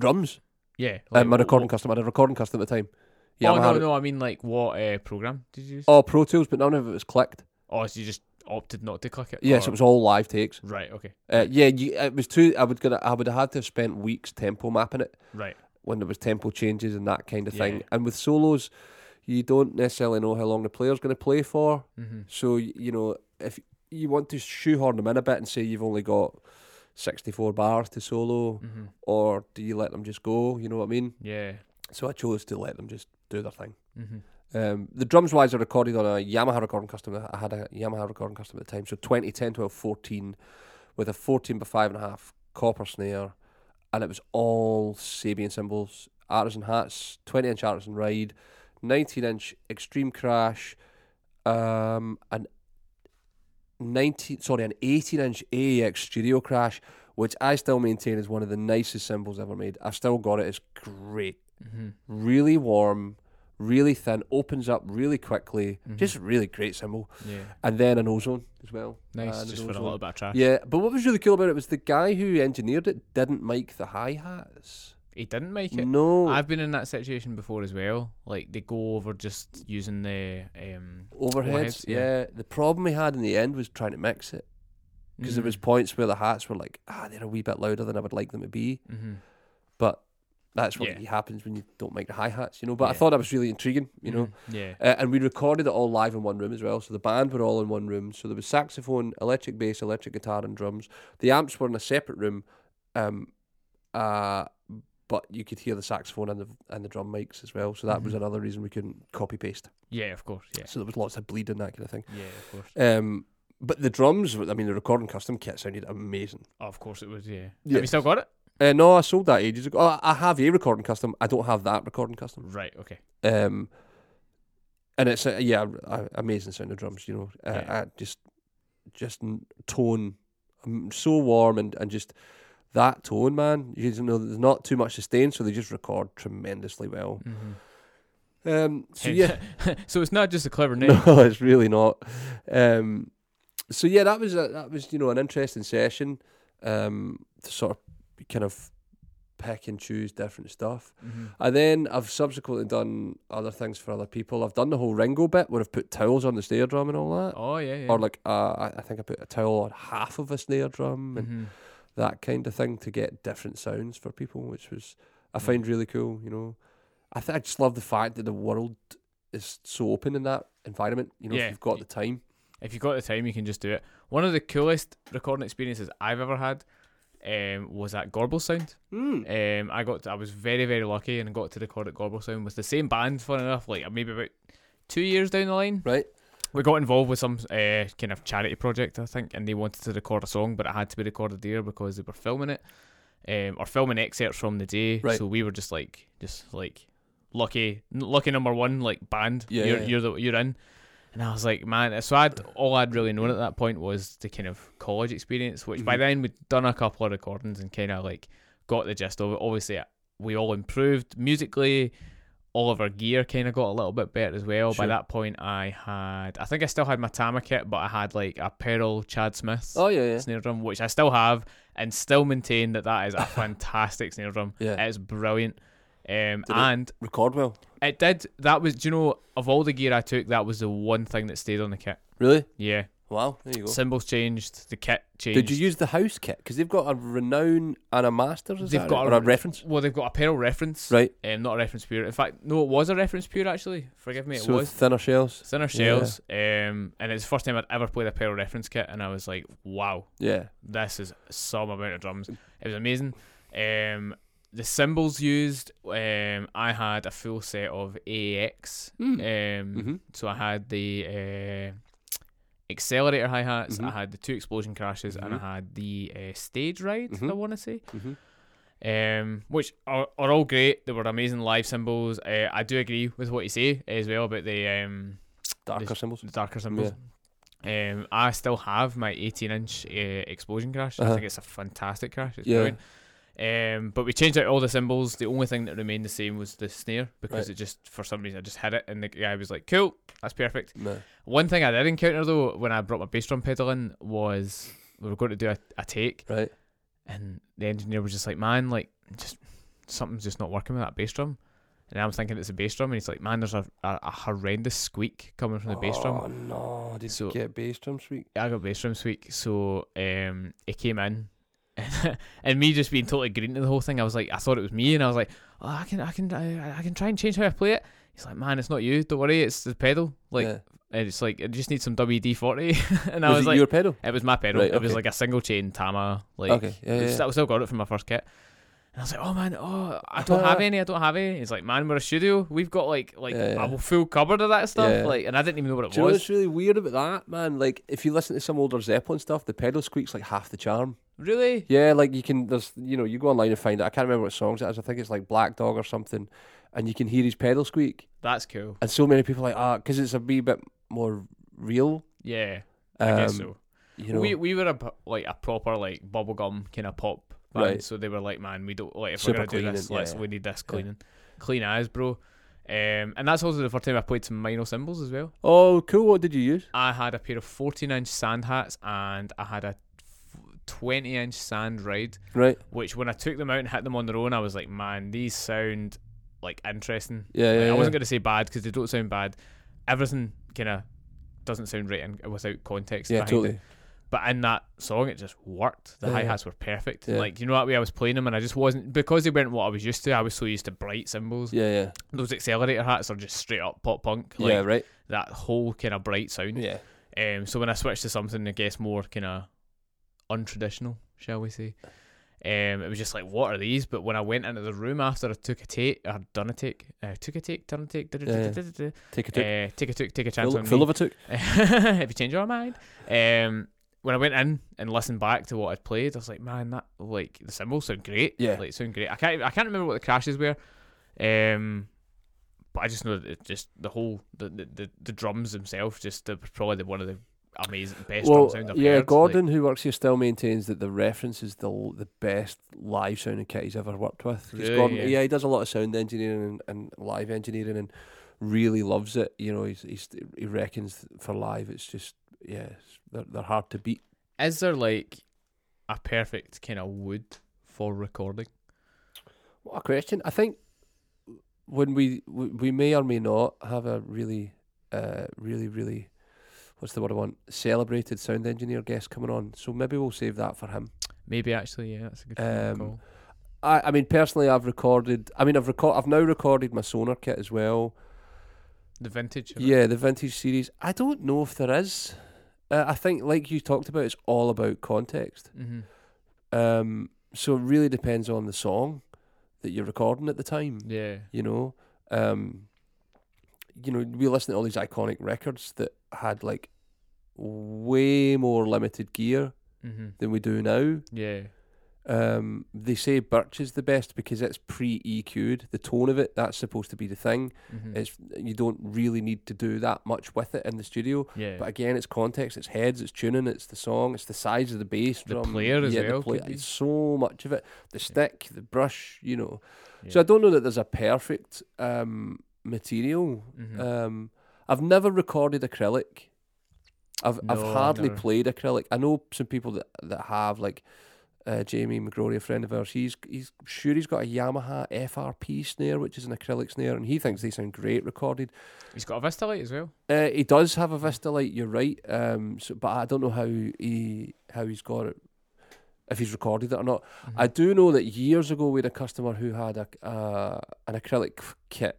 S1: Drums.
S2: Yeah.
S1: Um, my
S2: what-
S1: recording
S2: what-
S1: custom. I had a recording custom at the time.
S2: oh
S1: Yamaha-
S2: no, no. I mean, like, what uh, program did you use?
S1: Oh, Pro Tools, but none of it was clicked.
S2: Oh, so you just opted not to click it?
S1: Yes,
S2: or-
S1: it was all live takes.
S2: Right. Okay.
S1: Uh, yeah, you, it was too. I would gonna. I would have had to have spent weeks tempo mapping it
S2: Right.
S1: when there was tempo changes and that kind of thing.
S2: Yeah.
S1: And with solos, you don't necessarily know how long the player's going to play for.
S2: Mm-hmm.
S1: So y- you know, if you want to shoehorn them in a bit and say you've only got sixty-four bars to solo,
S2: Mm-hmm.
S1: or do you let them just go? You know what I mean?
S2: Yeah.
S1: So I chose to let them just do their thing.
S2: Mm-hmm.
S1: Um, the drums wise are recorded on a Yamaha recording custom. I had a Yamaha recording custom at the time, so 2010, 12, 14, with a 14 by five and a half copper snare, and it was all Sabian cymbals, artisan hats, 20 inch artisan ride, 19 inch extreme crash, um, an 19 sorry an 18 inch AEX studio crash, which I still maintain is one of the nicest cymbals ever made. I've still got it. It's great
S2: Mm-hmm.
S1: really warm, really thin, opens up really quickly.
S2: Mm-hmm.
S1: Just really great symbol.
S2: Yeah.
S1: And then an ozone as well.
S2: Nice.
S1: And
S2: just
S1: an
S2: for a
S1: ozone.
S2: little bit of trash.
S1: Yeah, but what was really cool about it was the guy who engineered it didn't make the hi hats.
S2: He didn't make it.
S1: No,
S2: I've been in that situation before as well. Like they go over just using the um
S1: overheads.
S2: overheads,
S1: yeah.
S2: yeah.
S1: the problem we had in the end was trying to mix it because
S2: Mm.
S1: there was points where the hats were like, ah, they're a wee bit louder than I would like them to be.
S2: hmm
S1: But that's what
S2: Yeah.
S1: happens when you don't make the hi hats, you know. But I
S2: Yeah. Mm-hmm.
S1: thought that was really intriguing, you know.
S2: Yeah.
S1: Uh, and we recorded it all live in one room as well. So the band were all in one room. So there was saxophone, electric bass, electric guitar, and drums. The amps were in a separate room, um, uh, but you could hear the saxophone and the and the drum mics as well. So that was
S2: Mhm.
S1: another reason we couldn't copy paste.
S2: Yeah, of course. Yeah.
S1: So there was lots of bleed and that kind of thing.
S2: Yeah, of course.
S1: Um, but the drums, I mean, the recording custom kit sounded amazing.
S2: Oh, of course it was, yeah. Have
S1: Yes.
S2: you still got it?
S1: Uh, no, I sold that ages ago. Oh, I have a recording custom. I don't have that recording custom.
S2: Right, okay.
S1: Um, and it's uh, yeah, uh, amazing sound of drums. You know, uh,
S2: Yeah.
S1: uh, just just n- tone, um, so warm and and just that tone, man. You just know, there's not too much sustain, so they just record tremendously well.
S2: Mm-hmm.
S1: Um, so yeah,
S2: so it's not just a clever name.
S1: no, it's really not. Um, so yeah, that was a, that was you know an interesting session um, to sort of kind of pick and choose different stuff.
S2: Mm-hmm.
S1: And then I've subsequently done other things for other people. I've done the whole Ringo bit where I've put towels on the snare drum and all that.
S2: Oh yeah, yeah.
S1: Or like uh, I- I think I put a towel on half of a snare drum and
S2: hmm
S1: that kind of thing to get different sounds for people, which was I
S2: Mm.
S1: find really cool. You know, I think I just love the fact that the world is so open in that environment. You know,
S2: Yeah.
S1: if you've got the time.
S2: If you've got the time you can just do it. One of the coolest recording experiences I've ever had um, was at Gorble Sound.
S1: Mm.
S2: Um, I got I was very very lucky and got to record at Gorble Sound with the same band. Fun enough, like maybe about two years down the line,
S1: Right.
S2: we got involved with some uh, kind of charity project I think, and they wanted to record a song, but it had to be recorded there because they were filming it, um, or filming excerpts from the day.
S1: Right.
S2: So we were just like just like lucky n- lucky number one like band.
S1: Yeah,
S2: you're
S1: yeah, yeah.
S2: you're the, you're in. And I was like, man, so I'd all I'd really known at that point was the kind of college experience, which by
S1: Mhm.
S2: then we'd done a couple of recordings and kind of like got the gist of it. Obviously, we all improved musically. All of our gear kind of got a little bit better as well.
S1: Sure.
S2: By that point, I had, I think I still had my Tama kit, but I had like a Pearl Chad Smith
S1: Oh yeah, yeah.
S2: snare drum, which I still have and still maintain that that is a fantastic snare drum. Eh.
S1: Yeah.
S2: It's brilliant. Um,
S1: it-
S2: and
S1: Record well.
S2: it did. That was, do you know, of all the gear I took, that was the one thing that stayed on the kit.
S1: Really?
S2: Yeah.
S1: Wow. There you go.
S2: Cymbals changed. The kit changed.
S1: Did you use the house kit? Because they've got a renown and a master's. Is
S2: They've
S1: that
S2: got
S1: right?
S2: a-
S1: or a reference.
S2: Well, they've got a Pearl reference.
S1: Right.
S2: Um, not a reference pure. In fact, no, it was a reference pure actually. Forgive me, it
S1: so
S2: was.
S1: thinner shells.
S2: Thinner
S1: Yeah.
S2: Shells. Um, and it's the first time I'd ever played a Pearl reference kit, and I was like, wow,
S1: Yeah.
S2: this is some amount of drums. It was amazing. Um, the cymbals used, um, I had a full set of AEX. Um,
S1: Mm-hmm.
S2: so I had the uh, accelerator hi hats,
S1: Mhm.
S2: I had the two explosion crashes, and
S1: Mhm.
S2: I had the uh, stage ride. I
S1: Mhm.
S2: want to say,
S1: Mm-hmm.
S2: um, which are, are all great. They were amazing live symbols. Uh, I do agree with what you say as well about the um,
S1: Darker
S2: This-
S1: symbols.
S2: the darker symbols. Um, I still have my 18 inch uh, explosion crash.
S1: Uh-huh.
S2: I think it's a fantastic crash. It's
S1: Yeah.
S2: brilliant. Um, but we changed out all the symbols. The only thing that remained the same was the snare because
S1: Right.
S2: it just, for some reason, I just hit it, and the guy was like, "Cool, that's perfect."
S1: No.
S2: One thing I did encounter though when I brought my bass drum pedal in was we were going to do a, a take,
S1: Right.
S2: and the engineer was just like, "Man, like, just something's just not working with that bass drum." And I was thinking it's a bass drum, and he's like, "Man, there's a, a, a horrendous squeak coming from the bass drum."
S1: Oh no! Did
S2: So-
S1: you get bass drum sweet?
S2: I got bass drum this week, so um, it came in, and me just being totally green to the whole thing. I was like, I thought it was me, and I was like, oh, I can, I can, I, I can try and change how I play it. He's like, man, it's not you. Don't worry, it's the pedal. Like,
S1: yeah.
S2: and it's like, I just need some WD forty, and I
S1: was,
S2: was
S1: it
S2: like,
S1: your pedal?
S2: it was my pedal.
S1: Right,
S2: It was
S1: okay.
S2: like a single chain Tama. Like,
S1: Okay, yeah,
S2: it was-
S1: yeah.
S2: I still got it from my first kit. And I was like, oh man, oh, I don't have any, I don't have any. He's like, man, we're a studio. We've got like, like
S1: Yeah, yeah.
S2: a full cupboard of that stuff.
S1: Yeah.
S2: Like, and I didn't even know what it
S1: Do you know
S2: was.
S1: what's really weird about that, man? Like, if you listen to some older Zeppelin stuff, the pedal squeaks like half the charm.
S2: Really?
S1: Yeah, like you can, there's, you know, you go online and find it. I can't remember what songs it is. I think it's like Black Dog or something, and you can hear his pedal squeak.
S2: That's cool.
S1: And so many people are like, ah, because it's a wee bit more real.
S2: Yeah. I
S1: um,
S2: guess so.
S1: You know,
S2: we we were a p- like a proper like bubblegum kind of pop band,
S1: Right.
S2: so they were like, man, we don't like if
S1: Super
S2: we're gonna do
S1: clean
S2: this,
S1: and- yeah,
S2: let's
S1: yeah.
S2: we need this cleaning, clean eyes, bro. Um, and that's also the first time I played some minor cymbals as well.
S1: oh, cool. What did you use?
S2: I had a pair of 14 inch sand hats and I had a 20 inch sand ride,
S1: Right.
S2: which when I took them out and hit them on their own, I was like, man, these sound like interesting.
S1: Yeah,
S2: Like,
S1: yeah.
S2: I
S1: yeah.
S2: wasn't going to say bad because they don't sound bad. Everything kind of doesn't sound right in, without context.
S1: Yeah,
S2: behind it.
S1: totally.
S2: But in that song, it just worked. The
S1: Yeah,
S2: hi hats were perfect.
S1: Yeah.
S2: Like you know that way I was playing them, and I just wasn't because they weren't what I was used to. I was so used to bright cymbals.
S1: Yeah, yeah.
S2: Those accelerator hats are just straight up pop punk. Like
S1: yeah, right.
S2: that whole kind of bright sound.
S1: Yeah.
S2: Um, so when I switched to something, I guess more kind of untraditional, shall we say? Um, it was just like, what are these? But when I went into the room after I took a take, I had done a take, uh, took a take, done a take,
S1: Yeah, yeah.
S2: da-da-da-da-da-da,
S1: Take a took.
S2: uh, take a took, take a chance
S1: full
S2: on
S1: full
S2: me.
S1: of a took.
S2: if you change your mind. Um, when I went in and listened back to what I'd played, I was like, man, that like the cymbals sound great.
S1: Yeah.
S2: like sound great. I can't I can't remember what the crashes were. Um, but I just know that it just the whole the the, the, the drums themselves just they're probably the, one of the amazing best
S1: Well,
S2: drum sounds I've
S1: yeah,
S2: heard. Like,
S1: Gordon, who works here, still maintains that the reference is the l- the best live sounding kit he's ever worked with. 'Cause
S2: Really,
S1: Gordon,
S2: yeah.
S1: yeah. he does a lot of sound engineering and, and live engineering, and really loves it. You know, he's, he's he reckons for live, it's just yeah, it's, they're they're hard to beat.
S2: is there like a perfect kind of wood for recording?
S1: What a question! I think when we we, we may or may not have a really, uh, really, really. What's the word I want? Celebrated sound engineer guest coming on, so maybe we'll save that for him.
S2: Maybe actually, yeah, that's a good
S1: Um,
S2: call.
S1: I, I mean, personally, I've recorded. I mean, I've record. I've now recorded my sonar kit as well.
S2: The vintage. of it.
S1: Yeah, the vintage series. I don't know if there is. Uh, I think, like you talked about, it's all about context.
S2: Mhm.
S1: Um, so it really depends on the song that you're recording at the time.
S2: Yeah.
S1: You know, um, you know, we listen to all these iconic records that had like way more limited gear
S2: Mm-hmm.
S1: than we do now.
S2: Yeah.
S1: Um, they say Birch is the best because it's pre EQ'd. The tone of it, that's supposed to be the thing.
S2: Mhm.
S1: It's you don't really need to do that much with it in the studio.
S2: yeah.
S1: But again, it's context, it's heads, it's tuning, it's the song, it's the size of the bass
S2: The
S1: drum,
S2: player as
S1: yeah, the
S2: well
S1: play-
S2: could be.
S1: it's so much of it. The stick, the brush, you know.
S2: Yeah.
S1: So I don't know that there's a perfect um, material.
S2: Mhm.
S1: Um, I've never recorded acrylic. I've
S2: No,
S1: I've
S2: I've
S1: hardly
S2: never.
S1: played acrylic. I know some people that that have like uh, Jamie McGrory, a friend of ours. He's he's sure he's got a Yamaha FRP snare, which is an acrylic snare, and he thinks they sound great recorded.
S2: He's got a Vista light as well.
S1: Uh, he does have a Vista Light, you're right. Um, so, but I don't know how he how he's got it, if he's recorded it or not. I do know that years ago we had a customer who had a uh, an acrylic f- kit,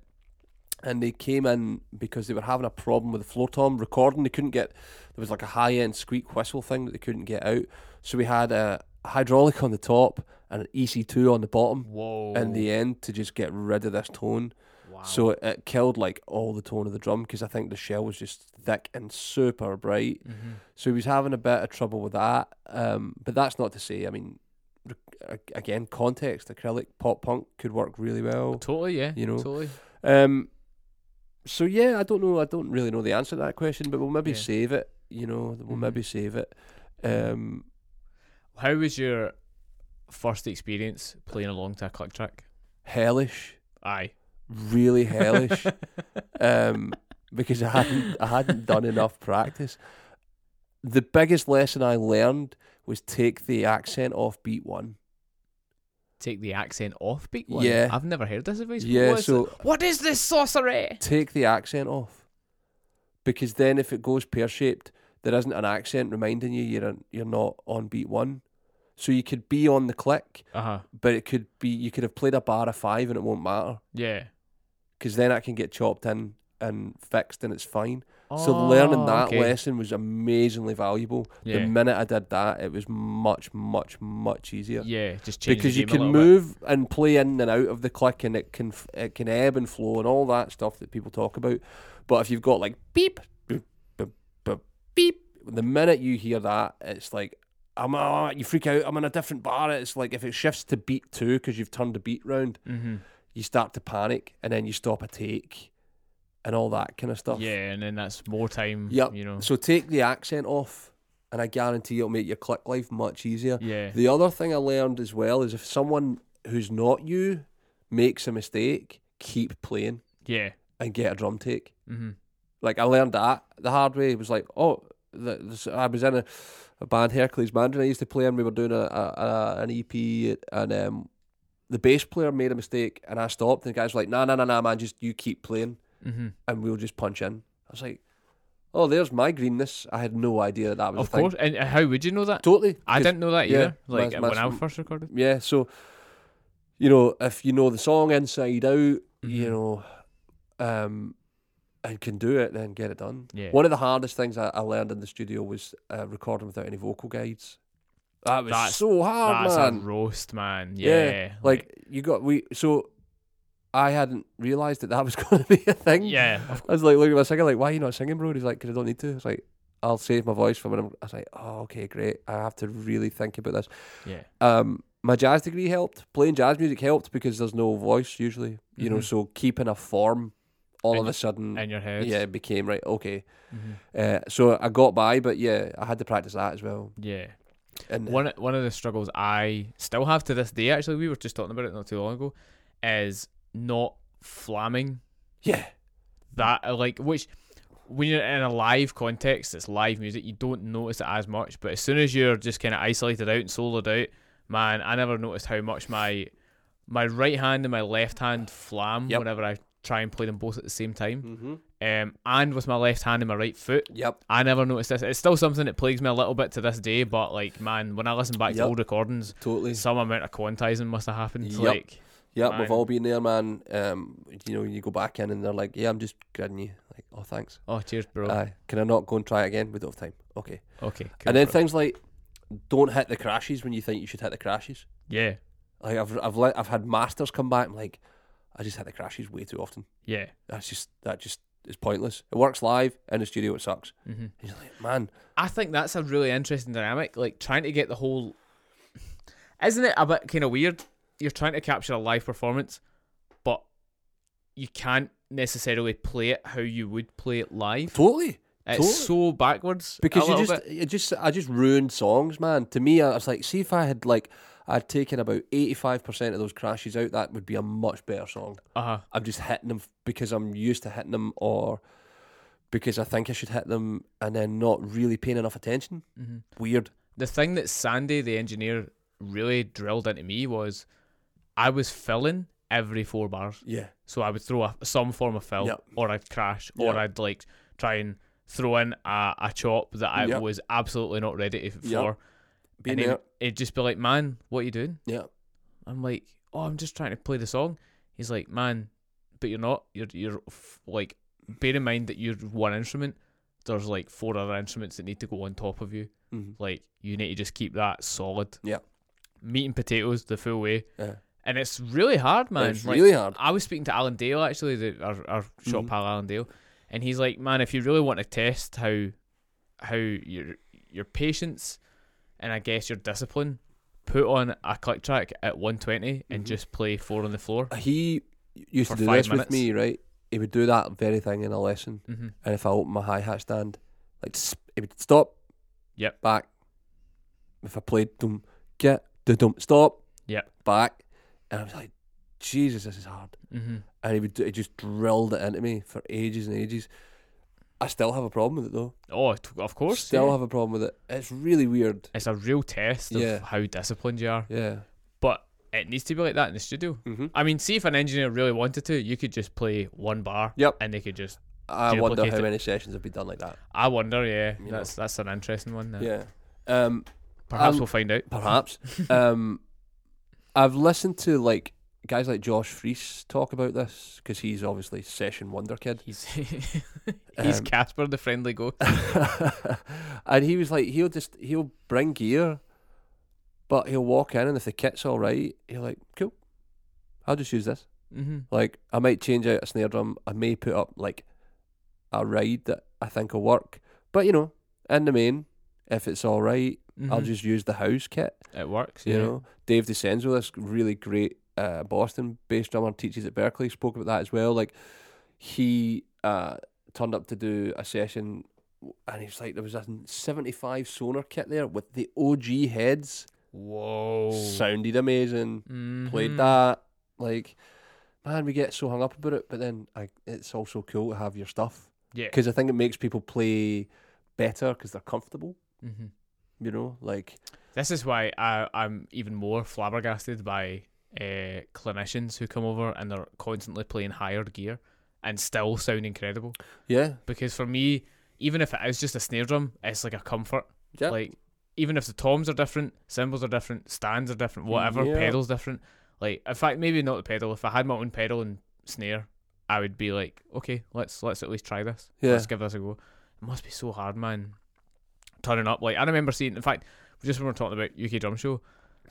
S1: and they came in because they were having a problem with the floor tom recording. They couldn't get there was like a high end squeak whistle thing that they couldn't get out. So we had a hydraulic on the top and an EC2 on the bottom
S2: Whoa.
S1: in the end to just get rid of this tone.
S2: wow.
S1: So it, it killed like all the tone of the drum because I think the shell was just thick and super bright.
S2: Mhm.
S1: So he was having a bit of trouble with that. Um, but that's not to say, I mean, re- a- again, context, acrylic, pop punk could work really well.
S2: totally, yeah.
S1: you know,
S2: totally.
S1: Um, so yeah, I don't know. I don't really know the answer to that question, but we'll maybe
S2: Yeah.
S1: save it. You know, we'll
S2: Mhm.
S1: maybe save it. Um,
S2: How was your first experience playing along to a click track?
S1: hellish,
S2: Aye.
S1: really hellish, um, because I hadn't I hadn't done enough practice. the biggest lesson I learned was take the accent off beat one.
S2: Take the accent off, beat one.
S1: Yeah.
S2: I've never heard this advice before.
S1: Yeah,
S2: What's
S1: so-
S2: it- what is this sorcery?
S1: Take the accent off, because then if it goes pear shaped, there isn't an accent reminding you you're you're not on beat one. So you could be on the click,
S2: Uh huh.
S1: but it could be you could have played a bar of five and it won't matter
S2: Yeah.
S1: because then it can get chopped in and fixed and it's fine. so learning
S2: Oh,
S1: that
S2: okay.
S1: lesson was amazingly valuable.
S2: Yeah.
S1: The minute I did that, it was much, much, much easier.
S2: Yeah, just change
S1: because
S2: the
S1: you
S2: game a
S1: can
S2: little bit.
S1: move and play in and out of the click, and it can f- it can ebb and flow and all that stuff that people talk about. But if you've got like beep, boop, boop, boop, beep, the minute you hear that, it's like I'm uh, you freak out. I'm in a different bar. It's like if it shifts to beat two because you've turned the beat round,
S2: Mm-hmm.
S1: you start to panic, and then you stop a take, and all that kind of stuff.
S2: Yeah, and then that's more time.
S1: Yep.
S2: You know.
S1: So take the accent off, and I guarantee it'll make your click life much easier.
S2: Yeah.
S1: The other thing I learned as well is if someone who's not you makes a mistake, keep playing
S2: yeah.
S1: and get a drum take.
S2: Mm-hmm.
S1: Like I learned that the hard way. It was like, oh, th- this, I was in a, a band Hercules Mandarin. I used to play, and we were doing a, a, a an EP, and um, the bass player made a mistake, and I stopped. And the guys were like, nah, nah, nah, nah, man, just you keep playing
S2: Mm-hmm.
S1: and we'll just punch in. I was like, oh, there's my greenness. I had no idea that, that was
S2: Of
S1: a thing.
S2: course. And uh, how would you know that?
S1: Totally.
S2: I
S1: 'cause-
S2: didn't know that
S1: yeah,
S2: either. like
S1: mas-
S2: when I
S1: mas-
S2: first recorded.
S1: Yeah, so, you know, if you know the song inside out, you
S2: Mhm.
S1: know, um, and can do it, then get it done.
S2: Yeah.
S1: One of the hardest things I, I learned in the studio was uh, recording without any vocal guides. That was
S2: That's-
S1: so hard,
S2: That's
S1: man.
S2: a roast, man.
S1: Yeah,
S2: Yeah.
S1: like, you got we so I hadn't realised that that was going to be a thing.
S2: yeah. Of,
S1: I was like looking at my singer, like, why are you not singing, bro? And he's like, because I don't need to. It's like, I'll save my voice for when I'm. I was like, oh, okay, great. I have to really think about this.
S2: yeah.
S1: Um, my jazz degree helped. Playing jazz music helped because there's no voice usually, you know.
S2: Mhm.
S1: So keeping a form, all
S2: And-
S1: of a sudden,
S2: In your head.
S1: yeah, it became right. Okay,
S2: Mhm.
S1: uh, so I got by, but yeah, I had to practice that as well.
S2: Yeah.
S1: And uh,
S2: One one of the struggles I still have to this day, actually, we were just talking about it not too long ago, is not flamming
S1: yeah,
S2: that uh, like which when you're in a live context, it's live music, you don't notice it as much. But as soon as you're just kind of isolated out and soloed out, man, I never noticed how much my my right hand and my left hand flam
S1: Yep.
S2: whenever I try and play them both at the same time.
S1: mm-hmm.
S2: Um, and with my left hand and my right foot,
S1: yep,
S2: I never noticed this. It's still something that plagues me a little bit to this day, but like, man, when I listen back to
S1: Yep.
S2: old recordings,
S1: totally.
S2: some amount of quantizing must have happened.
S1: Yep.
S2: Like,
S1: Yeah,
S2: Fine.
S1: we've all been there, man. Um, you know, you go back in and they're like, yeah, I'm just grading you. Like, oh, thanks.
S2: oh, cheers, bro.
S1: Aye. Can I not go and try it again? We don't have time. Okay.
S2: okay, cool.
S1: Uh, and then
S2: bro.
S1: things like don't hit the crashes when you think you should hit the crashes.
S2: yeah,
S1: Like I've I've let, I've had masters come back and like I just hit the crashes way too often.
S2: yeah,
S1: That's just that just is pointless. It works live in the studio. It sucks.
S2: hmm
S1: And you're like, man,
S2: I think that's a really interesting dynamic. Like trying to get the whole, isn't it a bit kind of weird? You're trying to capture a live performance, but you can't necessarily play it how you would play it live.
S1: totally.
S2: It's
S1: totally.
S2: so backwards a
S1: because you
S2: little
S1: just
S2: bit.
S1: it just I just ruined songs, man. To me, I was like, see if I had like I'd taken about eighty five percent of those crashes out, that would be a much better song.
S2: uh-huh.
S1: I'm just hitting them because I'm used to hitting them, or because I think I should hit them, and then not really paying enough attention.
S2: Mhm.
S1: Weird.
S2: the thing that Sandy, the engineer, really drilled into me was I was filling every four bars.
S1: Yeah.
S2: So I would throw a, some form of fill,
S1: Yep.
S2: or I'd crash, or
S1: Yep.
S2: I'd like try and throw in a, a chop that I
S1: Yep.
S2: was absolutely not ready to, for.
S1: Being
S2: and
S1: there.
S2: then it'd just be like, man, what are you doing?
S1: Yeah.
S2: I'm like, oh, I'm just trying to play the song. He's like, man, but you're not. You're you're f- like, bear in mind that you're one instrument. There's like four other instruments that need to go on top of you.
S1: Mhm.
S2: Like you need to just keep that solid.
S1: Yeah.
S2: Meat and potatoes the full way,
S1: Yeah.
S2: and it's really hard, man.
S1: Uh. It's
S2: Like,
S1: really hard.
S2: I was speaking to Alan Dale actually, the, our our shop
S1: Mhm.
S2: pal Alan Dale, and he's like, man, if you really want to test how how your your patience and I guess your discipline, put on a click track at 120 and
S1: Mhm.
S2: just play four on the floor.
S1: He used
S2: For
S1: to do
S2: five
S1: this with
S2: minutes.
S1: me, right? He would do that very thing in a lesson,
S2: Mm-hmm.
S1: and if I opened my hi hat stand, like s- he would stop.
S2: Yep.
S1: Back. If I played dum get da dum stop.
S2: Yep.
S1: Back, and I was like, Jesus, this is hard.
S2: Mm-hmm.
S1: and he would he just drilled it into me for ages and ages. I still have a problem with it though.
S2: Oh, t- of course.
S1: still
S2: yeah.
S1: have a problem with it. It's really weird.
S2: it's a real test of
S1: Yeah.
S2: how disciplined you are.
S1: Yeah.
S2: But it needs to be like that in the studio.
S1: Mm-hmm.
S2: I mean, see if an engineer really wanted to, you could just play one bar.
S1: Yep.
S2: And they could just.
S1: I wonder
S2: Duplicate
S1: how
S2: it.
S1: many sessions have been done like that.
S2: I wonder. Yeah,
S1: You know.
S2: that's that's an interesting one. Yeah.
S1: Yeah. Um,
S2: Perhaps
S1: Um,
S2: we'll find out.
S1: perhaps. um, I've listened to like guys like Josh Fries talk about this because he's obviously session wonder kid.
S2: He's he's
S1: Um,
S2: Casper the friendly ghost.
S1: and he was like, he'll just he'll bring gear, but he'll walk in and if the kit's all right, he'll like, cool, I'll just use this.
S2: Mm-hmm.
S1: Like I might change out a snare drum. I may put up like a ride that I think will work. But you know, in the main, if it's all right, I'll just use the house kit.
S2: It works.
S1: You
S2: Mm-hmm. yeah.
S1: know, Dave DiCenzo, this really great uh, Boston bass drummer, teaches at Berkeley, spoke about that as well. Like, he uh, turned up to do a session, and he's like, there was a 75 sonar kit there with the OG heads.
S2: Whoa.
S1: Sounded amazing. Played
S2: Mhm.
S1: that. Like, man, we get so hung up about it, but then I, it's also cool to have your stuff
S2: Yeah.
S1: because I think it makes people play better because they're comfortable.
S2: hmm
S1: You know, like,
S2: This is why I, I'm even more flabbergasted by uh, clinicians who come over and they're constantly playing higher gear and still sound incredible.
S1: yeah,
S2: Because for me, even if it is just a snare drum, it's like a comfort.
S1: yeah,
S2: Like even if the toms are different, cymbals are different, stands are different, whatever,
S1: Yeah.
S2: pedals different. Like in fact, maybe not the pedal. If I had my own pedal and snare, I would be like, okay, let's let's at least try this.
S1: yeah.
S2: Let's give this a go. It must be so hard, man. Turning up like I remember seeing. In fact, just when we were talking about UK drum show,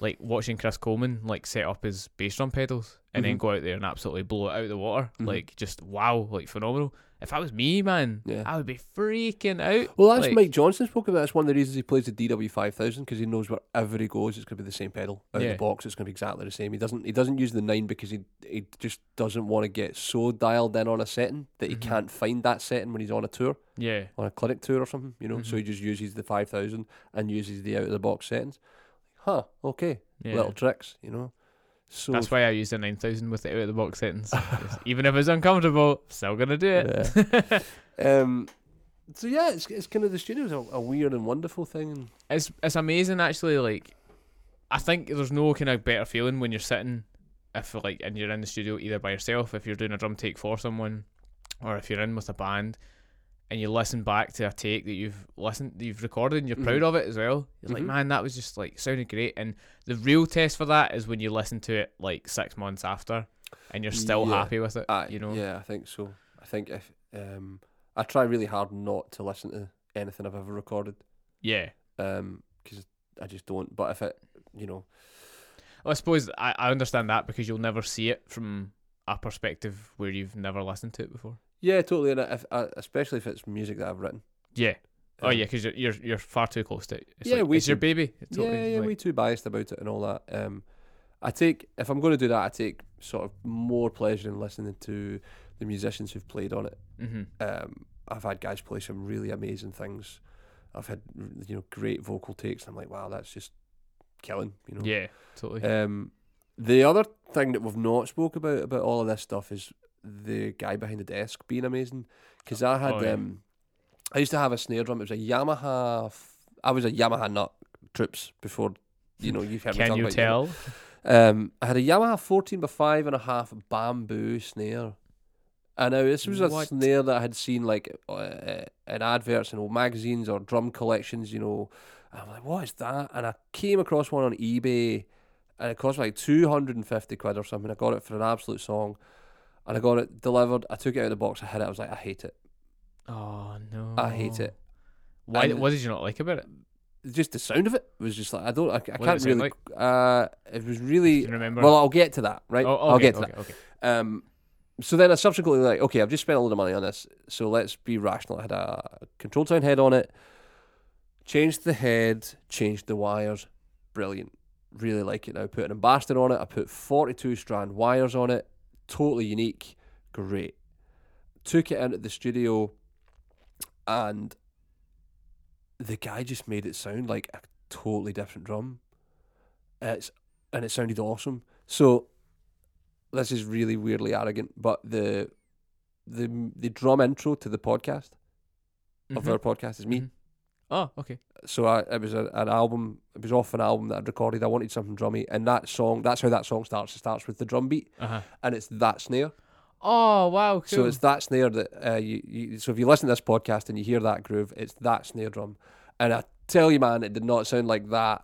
S2: like watching Chris Coleman like set up his bass drum pedals and then
S1: Mhm.
S2: go out there and absolutely blow it out of the water.
S1: Mhm.
S2: Like just wow, like phenomenal. If that was me, man,
S1: Yeah.
S2: I would be freaking out.
S1: Well, that's
S2: Like-
S1: Mike Johnson spoke about. That's one of the reasons he plays the DW5000 because he knows wherever he goes, it's going to be the same pedal out of
S2: Yeah.
S1: the box. It's going to be exactly the same. He doesn't he doesn't use the nine because he he just doesn't want to get so dialed in on a setting that he
S2: Mhm.
S1: can't find that setting when he's on a tour,
S2: Yeah,
S1: on a clinic tour or something. You know, so
S2: Mhm.
S1: he just uses the 5000 and uses the out of the box settings. Huh? Okay,
S2: yeah.
S1: little tricks. You know, so
S2: That's why I used the nine thousand with the out of the box settings. Even if it's uncomfortable, still gonna do it.
S1: um, so yeah, it's it's kind of the studio's a, a weird and wonderful thing. And,
S2: it's it's amazing actually. Like, I think there's no kind of better feeling when you're sitting, if like, and you're in the studio either by yourself, if you're doing a drum take for someone, or if you're in with a band, and you listen back to a take that you've listened, that you've recorded, and you're proud
S1: Mhm.
S2: of it as well. You're like,
S1: Mhm.
S2: man, that was just like sounded great. And the real test for that is when you listen to it like six months after, and you're still
S1: Yeah.
S2: happy with it.
S1: Aye,
S2: Ah, you know.
S1: Yeah, I think so. I think if um, I try really hard not to listen to anything I've ever recorded,
S2: yeah.
S1: um, because I just don't. But if it, you know,
S2: Well, I suppose I, I understand that because you'll never see it from a perspective where you've never listened to it before.
S1: yeah, totally. And if uh, especially if it's music that I've written.
S2: Yeah. Oh
S1: um,
S2: yeah, because you're, you're you're far too close to it. It's
S1: Yeah,
S2: like,
S1: we
S2: it's your
S1: should-
S2: baby. It's totally,
S1: yeah, yeah.
S2: like-
S1: we too biased about it and all that. Um, I take if I'm going to do that, I take sort of more pleasure in listening to the musicians who've played on it.
S2: Mhm.
S1: Um, I've had guys play some really amazing things. I've had you know great vocal takes. I'm like, wow, that's just killing. You know.
S2: yeah, totally.
S1: Um, the other thing that we've not spoke about about all of this stuff is the guy behind the desk being amazing. Because I had,
S2: Oh, yeah.
S1: um, I used to have a snare drum. It was a Yamaha. F- I was a Yamaha nut troops before. You know, you've heard me
S2: Can
S1: talk
S2: you
S1: about
S2: tell?
S1: Yamaha. Um, I had a Yamaha fourteen by five and a half bamboo snare. I know this was a
S2: What?
S1: snare that I had seen like uh, in adverts and old magazines or drum collections. You know, and I'm like, what is that? And I came across one on eBay and it cost me like 250 quid or something. I got it for an absolute song and I got it delivered. I took it out of the box, I hit it. I was like, I hate it.
S2: Oh no.
S1: I hate it.
S2: Why?
S1: And-
S2: what did you not like about it?
S1: Just the sound of it was just like, I don't, I, I
S2: did it
S1: can't
S2: sound
S1: really.
S2: like?
S1: Uh, it was
S2: Do
S1: really.
S2: you remember?
S1: Well, I'll get to that, right?
S2: oh, okay,
S1: I'll get to
S2: okay, okay.
S1: that. Um, so then I subsequently like, okay, I've just spent a lot of money on this, so let's be rational. I had a control town head on it, changed the head, changed the wires, brilliant. Really like it now. Put an ambassador on it. I put 42 strand wires on it. Totally unique. Great. Took it into the studio, and the guy just made it sound like a totally different drum. It's and it sounded awesome. So this is really weirdly arrogant, but the the the drum intro to the podcast of our podcast is me.
S2: Mhm. Oh, okay.
S1: So I, it was a, an album. It was off an album that I'd recorded. I wanted something drummy, and that song. That's how that song starts. It starts with the drum beat,
S2: Uh-huh.
S1: and it's that snare.
S2: Oh wow, cool.
S1: So it's that snare that uh, you, you. So if you listen to this podcast and you hear that groove, it's that snare drum. And I tell you, man, it did not sound like that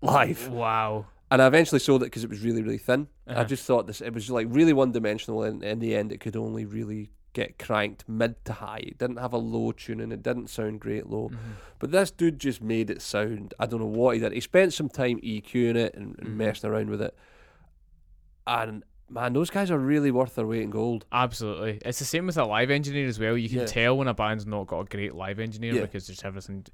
S1: live.
S2: wow.
S1: And I eventually sold it because it was really, really thin. I
S2: Uh-huh.
S1: just thought this. It was like really one dimensional, and in the end, it could only really get cranked mid to high. It didn't have a low tune, and it didn't sound great low.
S2: Mhm.
S1: But this dude just made it sound. I don't know what he did. He spent some time EQing it and, and
S2: Mhm.
S1: messing around with it. And man, those guys are really worth their weight in gold.
S2: Absolutely. It's the same with a live engineer as well. You can
S1: Yeah.
S2: tell when a band's not got a great live engineer
S1: Yeah.
S2: because just everything.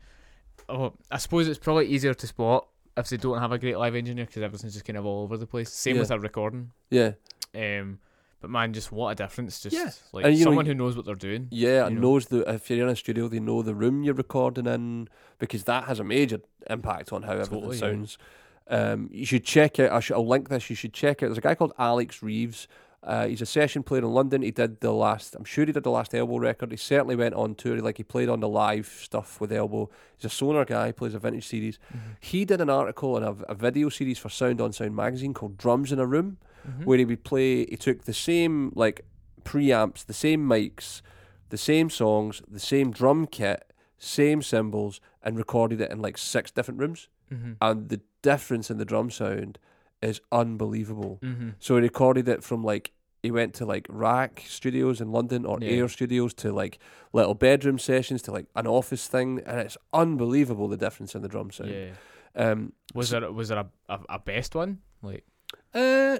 S2: Oh, I suppose it's probably easier to spot if they don't have a great live engineer because everything's just kind of all over the place. Same
S1: Yeah.
S2: with a recording.
S1: Yeah,
S2: Um, but man, just what a difference! Just
S1: Yeah.
S2: like
S1: And you know,
S2: someone
S1: you-
S2: who knows what they're doing.
S1: yeah.
S2: You
S1: and
S2: know.
S1: knows the if you're in a studio, they know the room you're recording in because that has a major impact on how everything
S2: Totally, yeah.
S1: sounds. Um, you should check it. I should, I'll link this. You should check it. There's a guy called Alex Reeves. Uh, he's a session player in London. He did the last. I'm sure he did the last Elbow record. He certainly went on tour. Like he played on the live stuff with Elbow. He's a Sonar guy. Plays a vintage series.
S2: Mm-hmm.
S1: he did an article and a, a video series for Sound on Sound magazine called Drums in a Room,
S2: Mhm.
S1: where he would play. He took the same like preamps, the same mics, the same songs, the same drum kit, same cymbals, and recorded it in like six different rooms.
S2: Mhm.
S1: And the difference in the drum sound is unbelievable.
S2: Mhm.
S1: So he recorded it from like he went to like rack studios in London or
S2: Yeah.
S1: air studios to like little bedroom sessions to like an office thing, and it's unbelievable the difference in the drum sound.
S2: Yeah.
S1: Um,
S2: Was there was there a, a, a best one? Like
S1: Uh,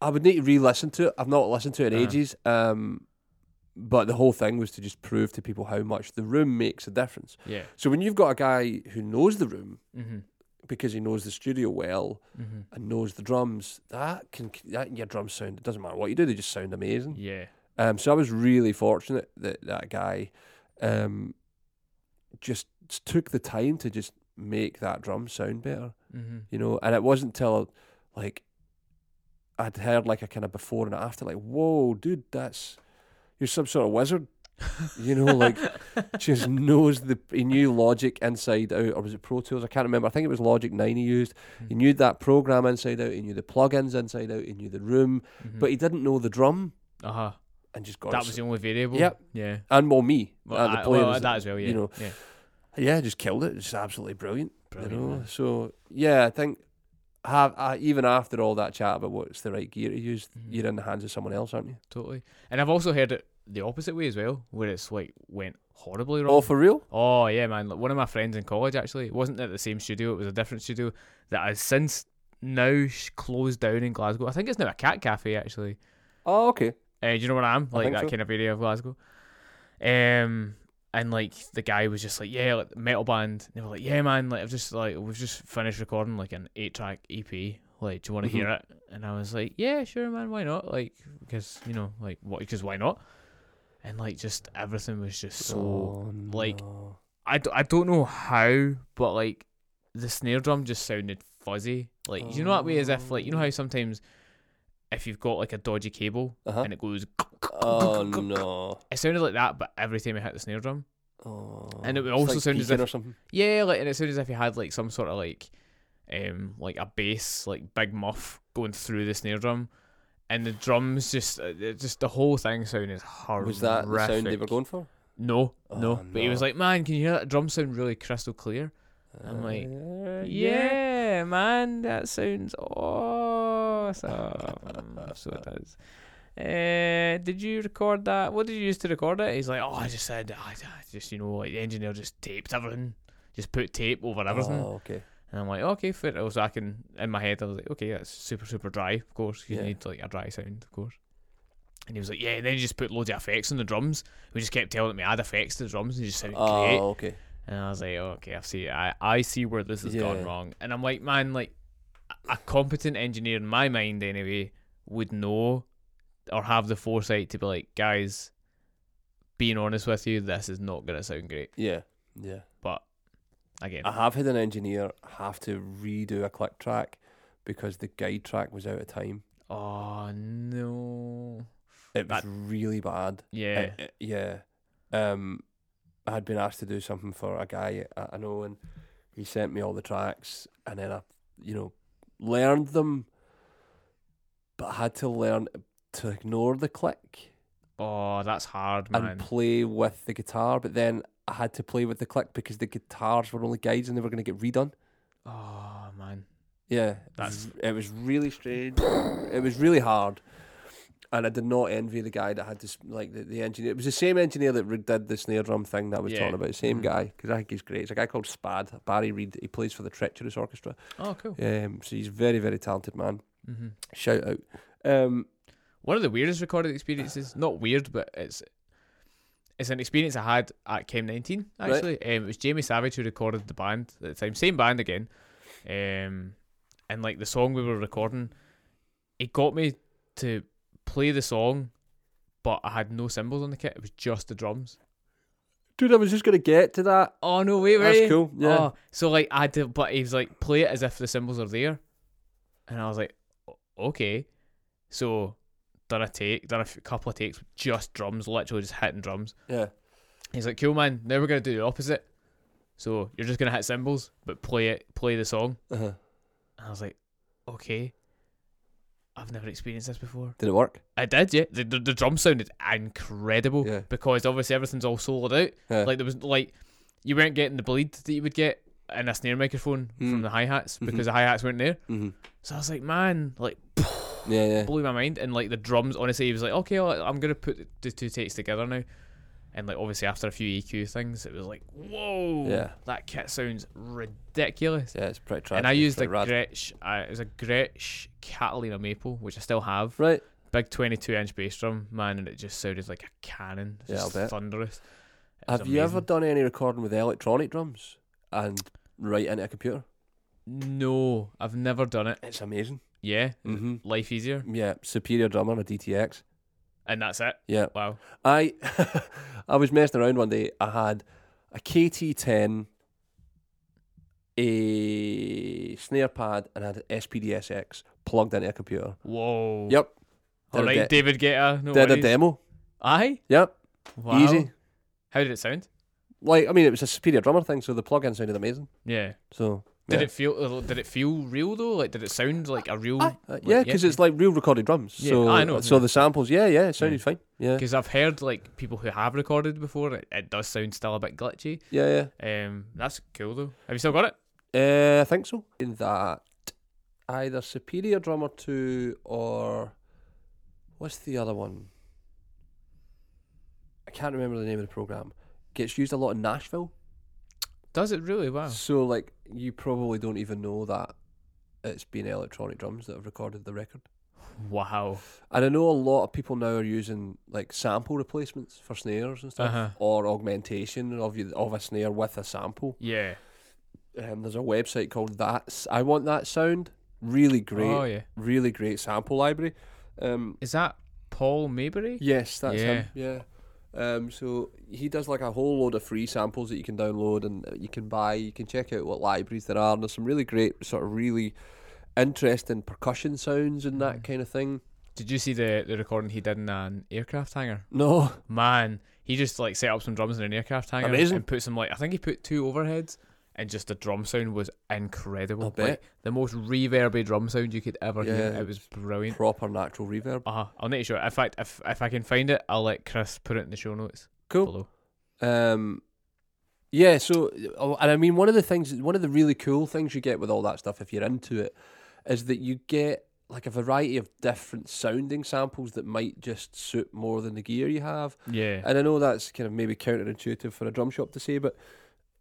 S1: I would need to re-listen to it. I've not listened to it in
S2: Uh-huh.
S1: ages. Um, but the whole thing was to just prove to people how much the room makes a difference.
S2: yeah.
S1: So when you've got a guy who knows the room
S2: Mm-hmm.
S1: because he knows the studio well
S2: Mm-hmm.
S1: and knows the drums, that can that your drums sound. It doesn't matter what you do; they just sound amazing.
S2: Yeah.
S1: Um, so I was really fortunate that that guy, um, just took the time to just make that drum sound better
S2: Mm-hmm.
S1: you know. And it wasn't till like I'd heard like a kind of before and after, like, whoa, dude, that's you're some sort of wizard, you know, like
S2: Mm-hmm.
S1: just knows the he knew Logic inside out, or was it Pro Tools? I can't remember. I think it was Logic Nine he used.
S2: Hmm.
S1: He knew that program inside out. He knew the plugins inside out. He knew the room, but he didn't know the drum
S2: uh huh.
S1: and just got
S2: Hmm. That was the only variable.
S1: Yep.
S2: Yeah.
S1: and well me
S2: Well,
S1: and the
S2: I-
S1: players,
S2: well, that as well. Yeah.
S1: you know.
S2: Yeah.
S1: yeah, just killed it. It's absolutely brilliant.
S2: Brilliant,
S1: you know.
S2: man.
S1: So yeah, I think have uh, even after all that chat about what's the right gear to use,
S2: Mhm.
S1: you're in the hands of someone else, aren't you?
S2: Totally. And I've also heard it the opposite way as well, where it's like went horribly wrong.
S1: Oh, for real?
S2: Oh yeah, man. Like, one of my friends in college actually it wasn't at the same studio. It was a different studio that has since now sh- closed down in Glasgow. I think it's now a cat cafe actually.
S1: Oh, okay.
S2: Uh, do you know where I am? Like
S1: think
S2: that
S1: so.
S2: kind of area of Glasgow. Um, and like the guy was just like, yeah, like, metal band. And they were like, yeah, man. Like I've just like we've just finished recording like an eight track EP. Like, do you want to
S1: Mhm.
S2: hear it? And I was like, yeah, sure, man. Why not? Like, because you know, like what? Because why not? And like just everything was just so. like-
S1: Oh, no.
S2: I, d- I don't know how, but like the snare drum just sounded fuzzy. Like you know that way as if like you
S1: Oh.
S2: know how sometimes if you've got like a dodgy cable
S1: Uh-huh.
S2: and it goes,
S1: oh no.
S2: it sounded like that, but every time I hit the snare drum,
S1: Oh.
S2: And it would
S1: It's
S2: also
S1: like
S2: sound as
S1: Beacon
S2: if-
S1: or something.
S2: yeah, like and it sounded as if you had like some sort of like, um, like a bass like big muff going through the snare drum, and the drums just uh, it just the whole thing sounded horrific.
S1: Was that the sound they were going for?
S2: No,
S1: Oh,
S2: no. But he was
S1: no.
S2: like, man, can you hear that drum sound really crystal clear? I'm like,
S1: Uh,
S2: Yeah, man, that sounds awesome. so it does. Uh, did you record that? What did you use to record it? He's like, oh, I just said, I, I just you know, like the engineer just taped everything, just put tape over everything,
S1: Oh, okay.
S2: and I'm like, okay, fair. enough." So I can in my head, I was like, okay, that's super super dry, of course. 'cause You
S1: Yeah.
S2: need like a dry sound, of course. And he was like, yeah. And then he just put loads of effects on the drums. We just kept telling him to add effects to the drums, and it just sounded great.
S1: Oh, okay.
S2: And I was like, "Oh, okay, I see, I, I see where this has gone
S1: Yeah.
S2: wrong. And I'm like, man, like a- a competent engineer in my mind anyway would know or have the foresight to be like, guys, being honest with you, this is not gonna sound great.
S1: Yeah. Yeah.
S2: But again,
S1: I have had an engineer have to redo a click track because the guide track was out of time.
S2: oh no,
S1: It was
S2: That-
S1: really bad.
S2: yeah,
S1: It- it- yeah. Um, I had been asked to do something for a guy I I know, and he sent me all the tracks, and then I, you know, learned them, but I had to learn to ignore the click
S2: Oh, that's hard,
S1: and
S2: man.
S1: play with the guitar. But then I had to play with the click because the guitars were only guides, and they were going to get redone.
S2: oh man.
S1: Yeah,
S2: That's-
S1: it was really strange. it was really hard, and I did not envy the guy that had this like the, the engineer. It was the same engineer that re- did the snare drum thing that I was
S2: Yeah.
S1: talking about. Same
S2: Mhm.
S1: guy because I think he's great. It's a guy called Spad Barry Reed. He plays for the Treacherous Orchestra.
S2: Oh, cool.
S1: Um, so he's a very very talented man.
S2: hmm
S1: Shout out. Um,
S2: One of the weirdest recorded experiences. Not weird, but it's it's an experience I had at Chem 19.
S1: Right.
S2: Actually, um, it was Jamie Savage who recorded the band at the time. Same band again. Um, and like the song we were recording, it got me to play the song, but I had no cymbals on the kit. It was just the drums.
S1: dude, I was just going to get to that.
S2: Oh no! Wait, wait.
S1: That's cool, yeah.
S2: Oh, so like I had to, but he was like, play it as if the cymbals are there, and I was like, "O- okay. So done a take, done a f- couple of takes, with just drums, literally just hitting drums.
S1: Yeah,
S2: He's like, cool man. Now we're gonna do the opposite. So you're just gonna hit cymbals, but play it, play the song.
S1: uh-huh.
S2: And I was like, okay. I've never experienced this before.
S1: did it work?
S2: I did, yeah. The, the, the drum sounded incredible
S1: Yeah.
S2: because obviously everything's all soloed out.
S1: Yeah.
S2: Like there was like you weren't getting the bleed that you would get in a snare microphone
S1: Mm.
S2: from the hi hats because
S1: Mhm.
S2: the hi hats weren't there.
S1: hmm
S2: So I was like, man, like
S1: Yeah, yeah.
S2: blew my mind. And like the drums, honestly, he was like, okay, well, I'm gonna put the two takes together now. And like obviously after a few EQ things, it was like, whoa,
S1: Yeah.
S2: that kit sounds ridiculous.
S1: Yeah, it's pretty tragic.
S2: And I used a
S1: pretty rad.
S2: Gretsch, uh, it was a Gretsch Catalina Maple, which I still have
S1: right.
S2: big 22 inch bass drum, man, and it just sounded like a cannon. It's
S1: Yeah, I'll
S2: just
S1: bet.
S2: thunderous. It was
S1: Have you ever
S2: amazing.
S1: done any recording with electronic drums and right into a computer?
S2: No, I've never done it.
S1: It's amazing.
S2: Yeah,
S1: Mm-hmm.
S2: life easier,
S1: Yeah, superior drummer on a DTX.
S2: and that's it.
S1: Yeah,
S2: Wow.
S1: I I was messing around one day. I had a KT10, a snare pad, and I had an SPDSX plugged into a computer.
S2: Whoa.
S1: Yep,
S2: All
S1: Did a de-
S2: right, David Guetta. No
S1: did a
S2: worries.
S1: demo.
S2: Aye.
S1: Yep,
S2: Wow.
S1: easy.
S2: How did it sound?
S1: Like I mean, it was a superior drummer thing, so the plug-in sounded amazing.
S2: Yeah.
S1: So
S2: Did
S1: Yeah.
S2: it feel? uh, Did it feel real though? Like, did it sound like a real?
S1: Uh, yeah,
S2: yeah,
S1: because it's like real recorded drums.
S2: Yeah,
S1: so
S2: I know,
S1: So
S2: yeah.
S1: the samples, yeah, yeah, it sounded
S2: Yeah.
S1: fine. Yeah,
S2: Because I've heard like people who have recorded before, it, it does sound still a bit glitchy.
S1: yeah, yeah.
S2: Um, that's cool though. Have you still got it?
S1: Uh, I think so. In that either Superior Drummer 2 or what's the other one? I can't remember the name of the program. Gets used a lot in Nashville.
S2: Does it really? Wow.
S1: So like you probably don't even know that it's been electronic drums that have recorded the record.
S2: Wow.
S1: And I know a lot of people now are using like sample replacements for snares and stuff
S2: Uh-huh.
S1: or augmentation of you, of a snare with a sample.
S2: Yeah.
S1: Um, there's a website called That's I Want That Sound. Really great.
S2: Oh yeah.
S1: really great sample library. Um,
S2: Is that Paul Maybury?
S1: yes, that's him. Yeah. Um, so he does like a whole load of free samples that you can download and you can buy. You can check out what libraries there are. And there's some really great, sort of really interesting percussion sounds and that
S2: Mhm.
S1: kind of thing.
S2: Did you see the, the recording he did in an aircraft hangar?
S1: No,
S2: Man, he just like set up some drums in an aircraft hangar
S1: Amazing.
S2: and put some like I think he put two overheads and just the drum sound was incredible.
S1: I bet.
S2: Like, the most reverby drum sound you could ever hear.
S1: Yeah.
S2: It was brilliant.
S1: proper natural reverb.
S2: Uh huh. I'll need to show it. In fact, if if I can find it, I'll let Chris put it in the show notes
S1: Cool.
S2: below.
S1: Um, yeah. So, oh, and I mean, one of the things, one of the really cool things you get with all that stuff, if you're into it, is that you get like a variety of different sounding samples that might just suit more than the gear you have.
S2: Yeah.
S1: And I know that's kind of maybe counterintuitive for a drum shop to say, but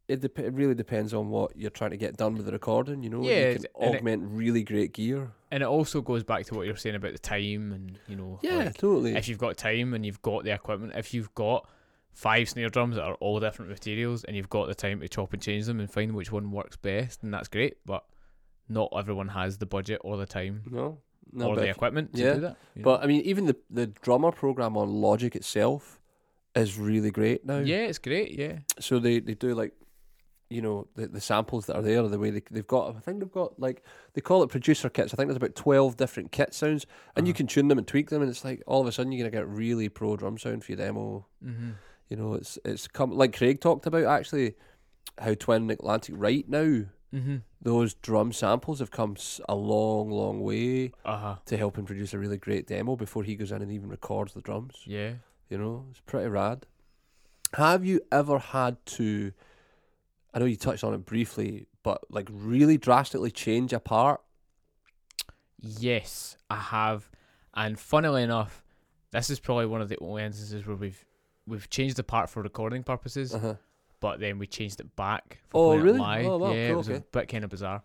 S1: it, dep- it really depends on what you're trying to get done with the recording. You know,
S2: Yeah,
S1: you can
S2: it's- and it-
S1: augment really great gear.
S2: And it also goes back to what you're saying about the time and you know
S1: Yeah,
S2: like,
S1: totally.
S2: if you've got time and you've got the equipment, if you've got five snare drums that are all different materials and you've got the time to chop and change them and find which one works best, then that's great. But not everyone has the budget or the time
S1: no, no,
S2: or
S1: but
S2: the
S1: if-
S2: equipment to
S1: yeah,
S2: do that. you know.
S1: But I mean, even the the drummer program on Logic itself is really great now.
S2: yeah, it's great. Yeah,
S1: so they, they do like you know the, the samples that are there the way they, they've got i think they've got like they call it producer kits i think there's about 12 different kit sounds and you
S2: Uh-huh.
S1: can tune them and tweak them and it's like all of a sudden you're going to get really pro drum sound for your demo
S2: hmm
S1: You know, it's it's come like Craig talked about actually how Twin Atlantic right now
S2: Mm-hmm.
S1: those drum samples have come s- a long, long way
S2: Uh huh.
S1: to help him produce a really great demo before he goes in and even records the drums.
S2: Yeah.
S1: You know, it's pretty rad. Have you ever had to? I know you touched on it briefly, but like really drastically change a part.
S2: Yes, I have. And funnily enough, this is probably one of the only instances where we've we've changed the part for recording purposes,
S1: Uh-huh.
S2: but then we changed it back
S1: Oh,
S2: for playing
S1: really?
S2: it live.
S1: Oh, wow,
S2: yeah,
S1: cool,
S2: it was
S1: okay.
S2: a bit kind of bizarre.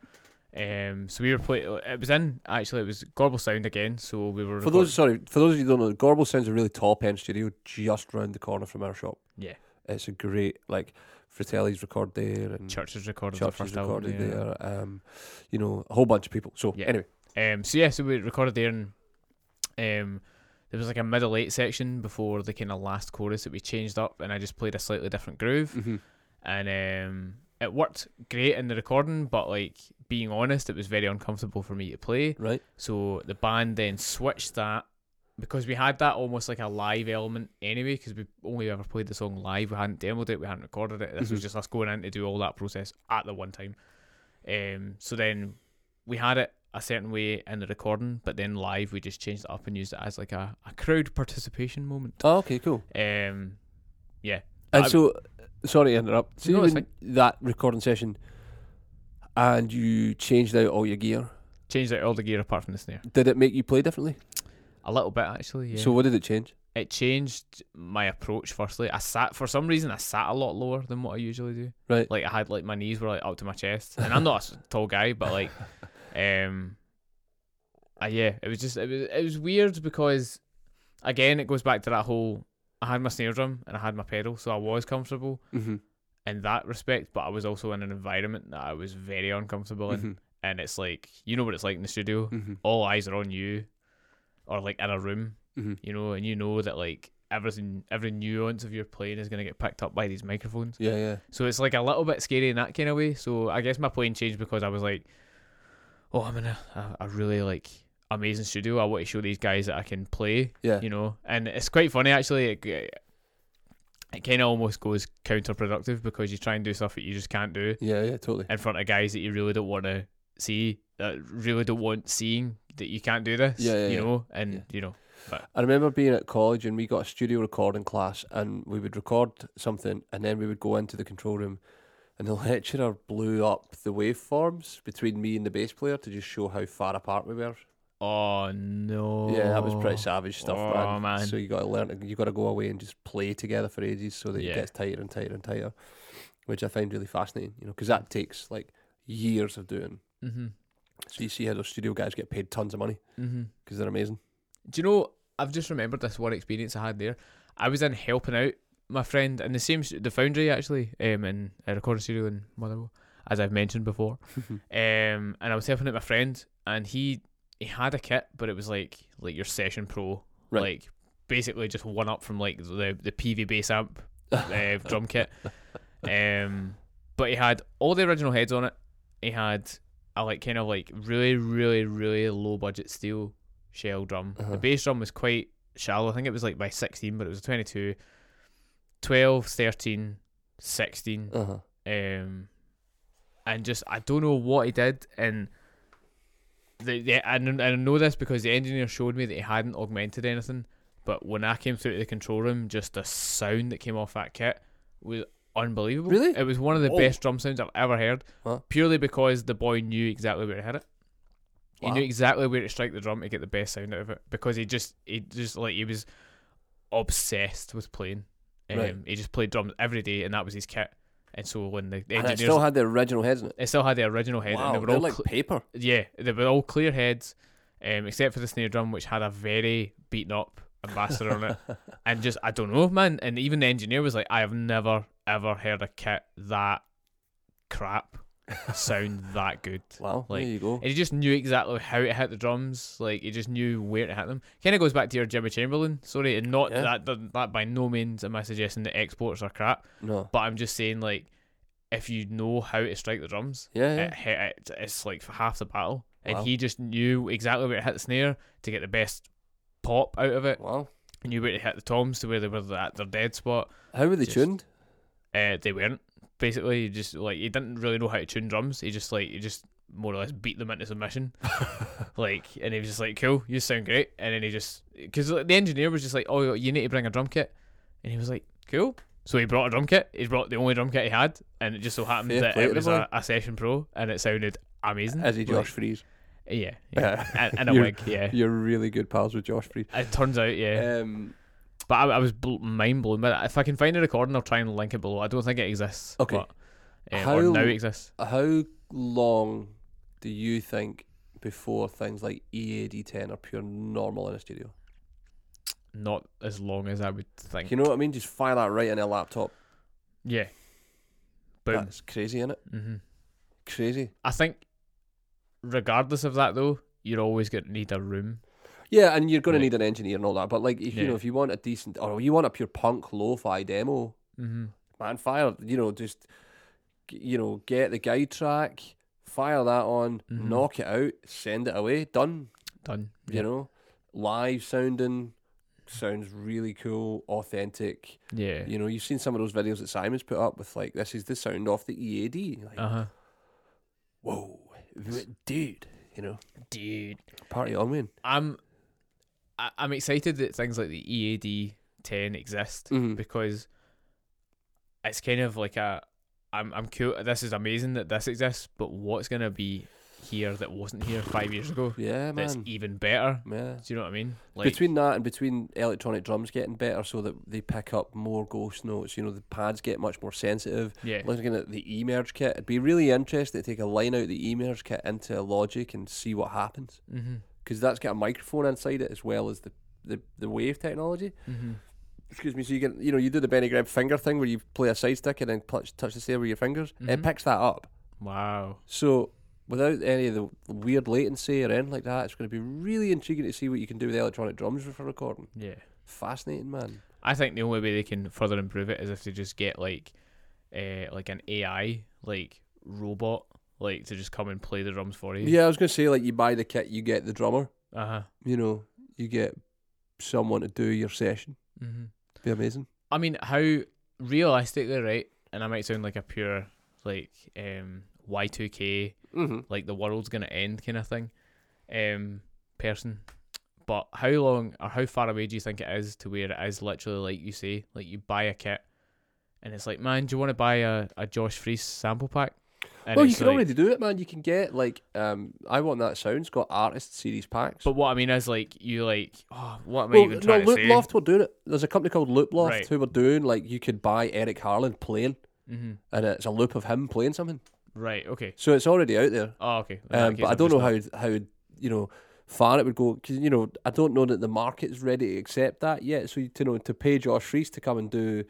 S2: Um, so we were playing. It was in actually. It was Gorble Sound again. So we were
S1: For those sorry, for those of you who don't know, Gorble sounds a really top end studio just round the corner from our shop.
S2: Yeah.
S1: It's a great like Fratelli's record there and
S2: churches recorded the
S1: Church
S2: first
S1: is recorded
S2: album, yeah.
S1: there. Um, you know, a whole bunch of people. So
S2: Yeah.
S1: anyway,
S2: Um, so yeah, so we recorded there, and um, there was like a middle eight section before the kind of last chorus that we changed up, and I just played a slightly different groove,
S1: Mm.
S2: and um, it worked great in the recording, but like being honest, it was very uncomfortable for me to play.
S1: right,
S2: So the band then switched that because we had that almost like a live element anyway, because we only ever played the song live. We hadn't demoed it, we hadn't recorded it. This was
S1: Mhm.
S2: just us going in to do all that process at the one time. Um, so then we had it a certain way in the recording, but then live we just changed it up and used it as like a, a crowd participation moment.
S1: oh, okay, cool.
S2: Um,
S1: And
S2: I-
S1: so, sorry to interrupt. So
S2: No,
S1: you
S2: it's
S1: in that recording session, and you changed out all your gear.
S2: changed out all the gear apart from the snare.
S1: Did it make you play differently?
S2: A little bit actually, yeah.
S1: So what did it change?
S2: it changed my approach firstly. I sat for some reason I sat a lot lower than what I usually do.
S1: Right.
S2: Like I had like my knees were like up to my chest. And I'm not a s- tall guy, but like um uh, yeah, it was just it was it was weird because again it goes back to that whole I had my snare drum and I had my pedal, so I was comfortable
S1: Mm-hmm.
S2: in that respect, but I was also in an environment that I was very uncomfortable in.
S1: hmm
S2: And it's like you know what it's like in the studio.
S1: hmm
S2: All eyes are on you or like in a room
S1: hmm
S2: you know, and you know that like everything, every nuance of your playing is going to get picked up by these microphones.
S1: Yeah, yeah.
S2: So it's like a little bit scary in that kind of way. So I guess my playing changed because I was like, oh, I'm in a, a, a really like amazing studio. I want to show these guys that I can play,
S1: Yeah.
S2: you know, and it's quite funny actually. It, it kind of almost goes counterproductive because you try and do stuff that you just can't do
S1: Yeah, yeah, totally.
S2: in front of guys that you really don't want to see, that really don't want seeing that you can't do this,
S1: Yeah, yeah,
S2: you
S1: yeah.
S2: know, and
S1: Yeah.
S2: you know,
S1: I remember being at college and we got a studio recording class and we would record something and then we would go into the control room and the lecturer blew up the waveforms between me and the bass player to just show how far apart we were.
S2: oh no,
S1: Yeah, that was pretty savage stuff,
S2: Oh,
S1: man.
S2: man.
S1: So you got to learn. to- You got to go away and just play together for ages, so that
S2: Yeah.
S1: it gets tighter and tighter and tighter, which I find really fascinating. You know, because that takes like years of doing.
S2: Mm-hmm.
S1: So you see how those studio guys get paid tons of money
S2: Mm-hmm.
S1: because they're amazing.
S2: Do you know? I've just remembered this one experience I had there. I was in helping out my friend in the same stu- the foundry actually, um, in a recording studio in Motherwell, as I've mentioned before. um, and I was helping out my friend, and he he had a kit, but it was like like your Session Pro,
S1: Right.
S2: like basically just one up from like the the PV bass amp uh, drum kit. Um, but he had all the original heads on it. He had a like kind of like really, really, really low budget steel shell drum.
S1: Uh-huh.
S2: The bass drum was quite shallow. I think it was like by 16, but it was a 22, 12, 13, 16.
S1: Uh huh.
S2: Um, and just I don't know what he did. And the, the and I know this because the engineer showed me that he hadn't augmented anything. But when I came through to the control room, just the sound that came off that kit was unbelievable.
S1: Really?
S2: It was one of the
S1: Whoa.
S2: best drum sounds I've ever heard.
S1: Huh.
S2: Purely because the boy knew exactly where to hit it. He
S1: Wow.
S2: knew exactly where to strike the drum to get the best sound out of it. Because he just he just like he was obsessed with playing. Um,
S1: Right.
S2: He just played drums every day, and that was his kit. And so when the, the
S1: And it
S2: engineers,
S1: still had the original heads in it.
S2: had the original head, and
S1: wow,
S2: they were
S1: they're
S2: all
S1: like
S2: cle-
S1: paper.
S2: yeah, they were all clear heads, um, except for the snare drum, which had a very beaten up ambassador on it. And just I don't know, man. And even the engineer was like, I have never ever heard a kit that crap sound that good.
S1: Wow,
S2: Like, eh,
S1: there you go.
S2: And he just knew exactly how to hit the drums. Like he just knew where to hit them. Kind of goes back to your Jimmy Chamberlain. Sorry, and not
S1: Yeah.
S2: that, that that by no means am I suggesting that exports are crap,
S1: no.
S2: but I'm just saying like if you know how to strike the drums,
S1: Yeah, yeah.
S2: it, hit, it, it's like for half the battle. And
S1: Wow.
S2: he just knew exactly where to hit the snare to get the best pop out of it.
S1: Wow.
S2: I knew where to hit the toms to where they were at their dead spot.
S1: How were they
S2: Just-
S1: tuned?
S2: Uh, they weren't. Basically, he just like he didn't really know how to tune drums. He just like he just more or less beat them into submission. like, and he was just like, "Cool, you sound great." And then he just because the engineer was just like, "Oh, you need to bring a drum kit," and he was like, "Cool." So he brought a drum kit. He brought the only drum kit he had, and it just so happened
S1: Fair
S2: that
S1: play to
S2: it
S1: the
S2: was
S1: boy.
S2: a, a session pro, and it sounded amazing.
S1: As he
S2: Like,
S1: Josh Freeze.
S2: yeah, yeah. and, and a
S1: You're-
S2: wig, yeah.
S1: You're really good pals with Josh Freeze.
S2: It turns out, yeah.
S1: Um,
S2: But I, I was bl- mind blown. But if I can find a recording, I'll try and link it below. I don't think it exists.
S1: Okay.
S2: But, uh,
S1: How
S2: or now
S1: l-
S2: exists.
S1: how long do you think before things like E EAD10 are pure normal in a studio?
S2: Not as long as I would think.
S1: You know what I mean? Just fire that right in a laptop.
S2: yeah. Boom.
S1: That's crazy, is it?
S2: hmm
S1: Crazy.
S2: I think, regardless of that though, you're always going to need a room.
S1: Yeah, and you're going
S2: Right.
S1: to need an engineer and all that. But like, if, you
S2: Yeah.
S1: know, if you want a decent or you want a pure punk lo-fi demo,
S2: Mm-hmm.
S1: man, fire. You know, just g- you know, get the guide track, fire that on,
S2: Mhm.
S1: knock it out, send it away, done.
S2: Done.
S1: You know, live sounding sounds really cool, authentic.
S2: Yeah.
S1: You know, you've seen some of those videos that Simon's put up with like, this is the sound off the EAD. Like,
S2: Uh huh.
S1: whoa, dude. You know,
S2: Dude,
S1: party on, man.
S2: I'm, I, I'm excited that things like the EAD ten exist.
S1: Mhm.
S2: because it's kind of like a I'm I'm cool. This is amazing that this exists, but what's gonna be here that wasn't here five years ago?
S1: Yeah,
S2: that's
S1: man.
S2: even better.
S1: Yeah.
S2: Do you know what I mean? E Like,
S1: between that and between electronic drums getting better so that they pick up more ghost notes, you know, the pads get much more sensitive.
S2: yeah,
S1: Looking at the emerge kit, it'd be really interesting to take a line out of the emerge kit into Logic and see what happens
S2: mm-hmm,
S1: because that's got a microphone inside it as well as the, the, the wave technology.
S2: mm-hmm.
S1: Excuse me. So you can, you know, you do the Benny Greb finger thing where you play a side stick and then clutch, touch the stair with your fingers. It
S2: Mhm.
S1: picks that up.
S2: wow,
S1: So without any of the weird latency or anything like that, it's going to be really intriguing to see what you can do with electronic drums for recording.
S2: yeah.
S1: Fascinating, man.
S2: I think the only way they can further improve it is if they just get like, uh, like an AI like robot like to just come and play the drums for you.
S1: Yeah, I was gonna say like you buy the kit, you get the drummer.
S2: Uh huh.
S1: You know, you get someone to do your session.
S2: Mm-hmm.
S1: Be amazing.
S2: I mean, how realistically, right? And I might sound like a pure like um Y two K
S1: Mm-hmm.
S2: like the world's gonna end kind of thing, um person. But how long or how far away do you think it is to where it is literally like you say, like you buy a kit, and it's like, man, do you want to buy a, a Josh Freese sample pack? And
S1: Well, you
S2: it's
S1: can
S2: like-
S1: already do it, man. You can get like um, I want that sound's got artist series packs.
S2: But what I mean is like you like, oh, what am I
S1: well,
S2: even
S1: no,
S2: trying to
S1: Loop
S2: say?
S1: Loft were doing it. There's a company called Loop Loft
S2: Right.
S1: who were doing like you could buy Eric Harlan playing,
S2: hmm
S1: and it's a loop of him playing something.
S2: Right. Okay.
S1: So it's already out there.
S2: Oh, okay. In that
S1: Um,
S2: case,
S1: but I
S2: I'm
S1: don't
S2: just
S1: know how how you know far it would go because you know I don't know that the market's ready to accept that yet. So you know to pay Josh Reese to come and do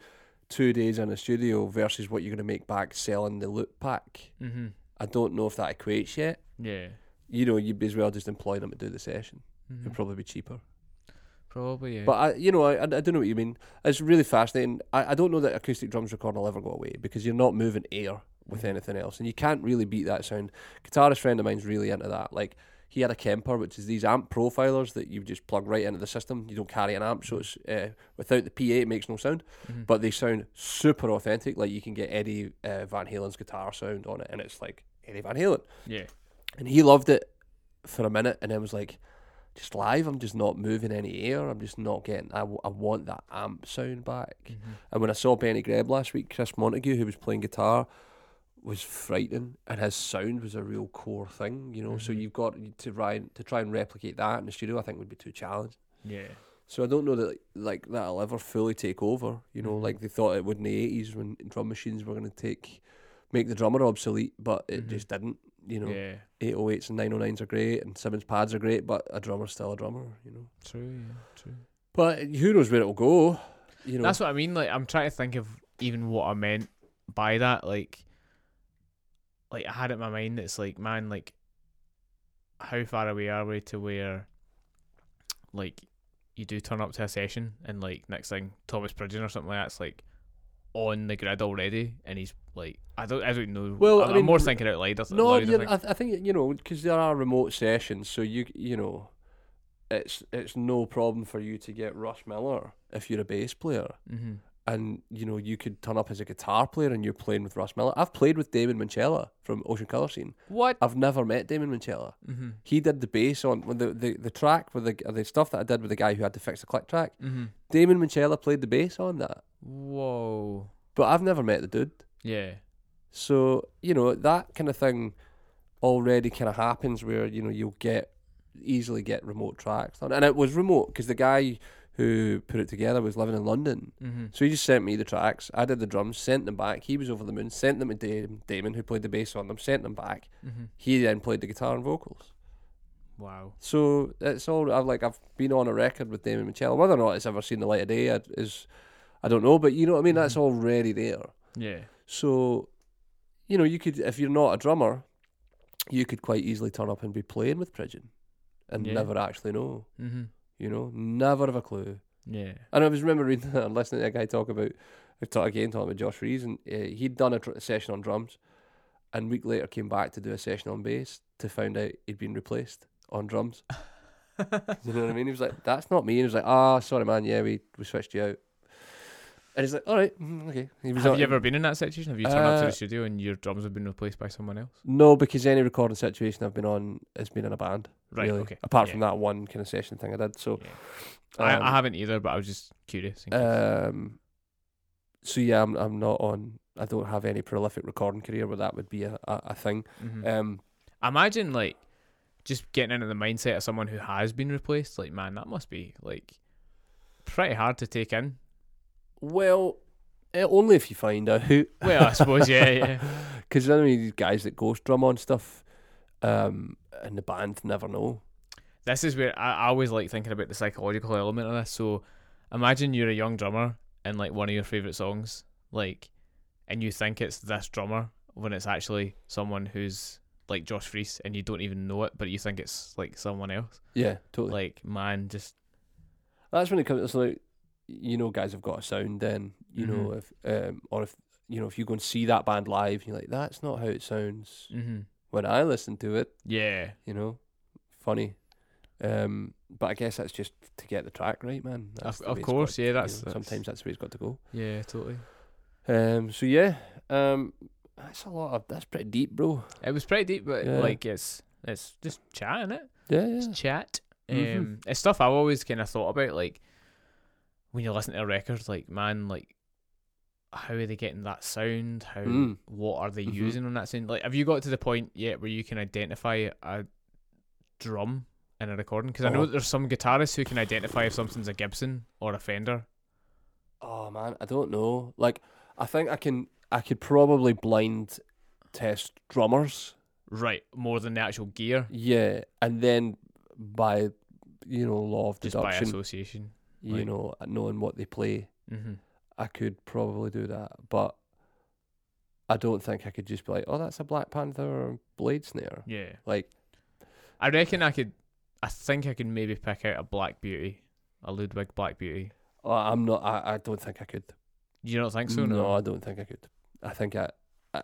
S1: two days in a studio versus what you're going to make back selling the loop pack.
S2: Not, hmm
S1: I don't know if that equates yet.
S2: Yeah.
S1: You know you'd be as well just employ them to do the session.
S2: Mhm.
S1: It'd probably be cheaper.
S2: Probably. Yeah.
S1: But I, you know, I, I don't know what you mean. It's really fascinating. I, I don't know that acoustic drums recording will ever go away because you're not moving air with anything else, and you can't really beat that sound. Guitarist friend of mine's really into that. Like he had a Kemper, which is these amp profilers that you just plug right into the system. You don't carry an amp, so it's uh, without the PA, it makes no sound.
S2: Mhm.
S1: But they sound super authentic. Like you can get Eddie uh, Van Halen's guitar sound on it, and it's like Eddie Van Halen
S2: yeah.
S1: and he loved it for a minute and then was like just live i'm just not moving any air i'm just not getting i, I want that amp sound back
S2: Mhm.
S1: and when i saw benny greb last week chris montague who was playing guitar was frightening and his sound was a real core thing you know so
S2: Mhm.
S1: you've got to try, to try and replicate that in the studio i think would be too challenging
S2: Yeah.
S1: so I don't know that like that'll ever fully take over. You know,
S2: Mhm.
S1: like they thought it would in the eighties when drum machines were going to take make the drummer obsolete, but it
S2: Mhm.
S1: just didn't. You know,
S2: Yeah.
S1: 808s and 909s are great and Simmons pads are great, but a drummer's still a drummer, you know.
S2: True. Yeah. True.
S1: But who knows where it'll go, you know.
S2: That's what I mean. Like I'm trying to think of even what I meant by that. Like, like I had it in my mind. It's like, man, like, how far away are we to where, like, you do turn up to a session and like next thing Thomas Pridgeon or something like that's like on the grid already, and he's like, I don't, I don't know.
S1: Well, I
S2: I'm,
S1: mean,
S2: am more
S1: re-
S2: thinking out loud. that's
S1: no,
S2: loud, I
S1: you're-
S2: think.
S1: I, th- I think, you know, because there are remote sessions, so you, you know, it's it's no problem for you to get Rush Miller if you're a bass player.
S2: hmm
S1: And you know you could turn up as a guitar player, and you're playing with Rush Miller. I've played with Damon Minchella from Ocean Colour Scene.
S2: What?
S1: I've never met Damon Minchella.
S2: Mm-hmm.
S1: He did the bass on well, the the, the track with the the stuff that I did with the guy who had to fix the click track.
S2: Mm-hmm.
S1: Damon Minchella played the bass on that,
S2: Whoa.
S1: but I've never met the dude.
S2: Yeah.
S1: So, you know, that kind of thing already kind of happens where, you know, you'll get easily get remote tracks. And it was remote because the guy who put it together was living in London.
S2: Mm-hmm.
S1: So he just sent me the tracks. I did the drums, sent them back. He was over the moon, sent them to Dam- Damon, who played the bass on them, sent them back.
S2: Mm-hmm.
S1: He then played the guitar and vocals.
S2: Wow.
S1: So it's all I've like I've been on a record with Damon Michelle. Whether or not it's ever seen the light of day I- is, I don't know. But you know what I mean. That's already there.
S2: Yeah.
S1: So, you know, you could if you're not a drummer, you could quite easily turn up and be playing with Pridgeon and
S2: Yeah.
S1: never actually know.
S2: Mm-hmm.
S1: You know, never have a clue.
S2: Yeah.
S1: And I was remember reading that and listening to a guy talk about, I talk again talking about Josh Rees, and uh, he'd done a tr- session on drums, and week later came back to do a session on bass to find out he'd been replaced on drums. you know what I mean? He was like, "That's not me." And he was like, "Ah, sorry, man. Yeah, we we switched you out." And he's like, "All right, mm, okay." He was
S2: Have
S1: on-
S2: you ever been in that situation? Have you turned up to
S1: Uh,
S2: the studio and your drums have been replaced by someone else?
S1: No, because any recording situation I've been on has been in a band.
S2: Right.
S1: really.
S2: Okay.
S1: Apart
S2: Yeah.
S1: from that one kind of session thing I did. So,
S2: Yeah.
S1: um,
S2: I, I haven't either, but I was just curious. in case.
S1: um, so yeah, I'm I'm not on. I don't have any prolific recording career where that would be a, a, a thing.
S2: Mhm.
S1: Um,
S2: Imagine like just getting into the mindset of someone who has been replaced. Like, man, that must be like pretty hard to take in.
S1: well, eh, only if you find out who,
S2: Well, I suppose, yeah, yeah.
S1: because I mean these guys that ghost drum on stuff, um, and the band never know.
S2: This is where I, I always like thinking about the psychological element of this. So, imagine you're a young drummer and like one of your favorite songs, like, and you think it's this drummer when it's actually someone who's like Josh Freese and you don't even know it, but you think it's like someone else.
S1: Yeah, totally.
S2: Like, man, just
S1: That's when it comes. It's like you know, guys have got a sound. Then you know
S2: Mhm.
S1: if um or if you know if you go and see that band live, you're like, that's not how it sounds
S2: mm-hmm.
S1: when I listen to it.
S2: yeah,
S1: You know, funny. Um, but I guess that's just to get the track right, man. That's
S2: Of-
S1: the
S2: of
S1: way it's
S2: course,
S1: got-
S2: yeah,
S1: you know,
S2: that's- that's-
S1: sometimes that's where it's got to go.
S2: yeah, totally.
S1: Um, so yeah, um, that's a lot of that's pretty deep, bro.
S2: It was pretty deep, but
S1: Yeah.
S2: like it's it's just chatting it.
S1: Yeah,
S2: It's
S1: yeah.
S2: chat. Um,
S1: Mhm.
S2: It's stuff I've always kind of thought about, like when you listen to a record, like man, like how are they getting that sound? How
S1: Mm.
S2: what are they
S1: Mhm.
S2: using on that sound? Like, have you got to the point yet where you can identify a drum in a recording? Because I know
S1: Oh.
S2: that there's some guitarists who can identify if something's a Gibson or a Fender.
S1: Oh man, I don't know. Like, I think I can. I could probably blind test drummers.
S2: Right, more than the actual gear,
S1: Yeah, and then by you know law of
S2: just by
S1: deduction,
S2: association.
S1: you
S2: like-
S1: know knowing what they play,
S2: Mm-hmm.
S1: I could probably do that, but I don't think I could just be like, oh, that's a Black Panther blade snare.
S2: Yeah.
S1: Like,
S2: I reckon I could. I think I could maybe pick out a Black Beauty, a Ludwig Black Beauty.
S1: oh, I'm not. I, I don't think I could.
S2: You don't think so? No.
S1: no, I don't think I could. I think I, I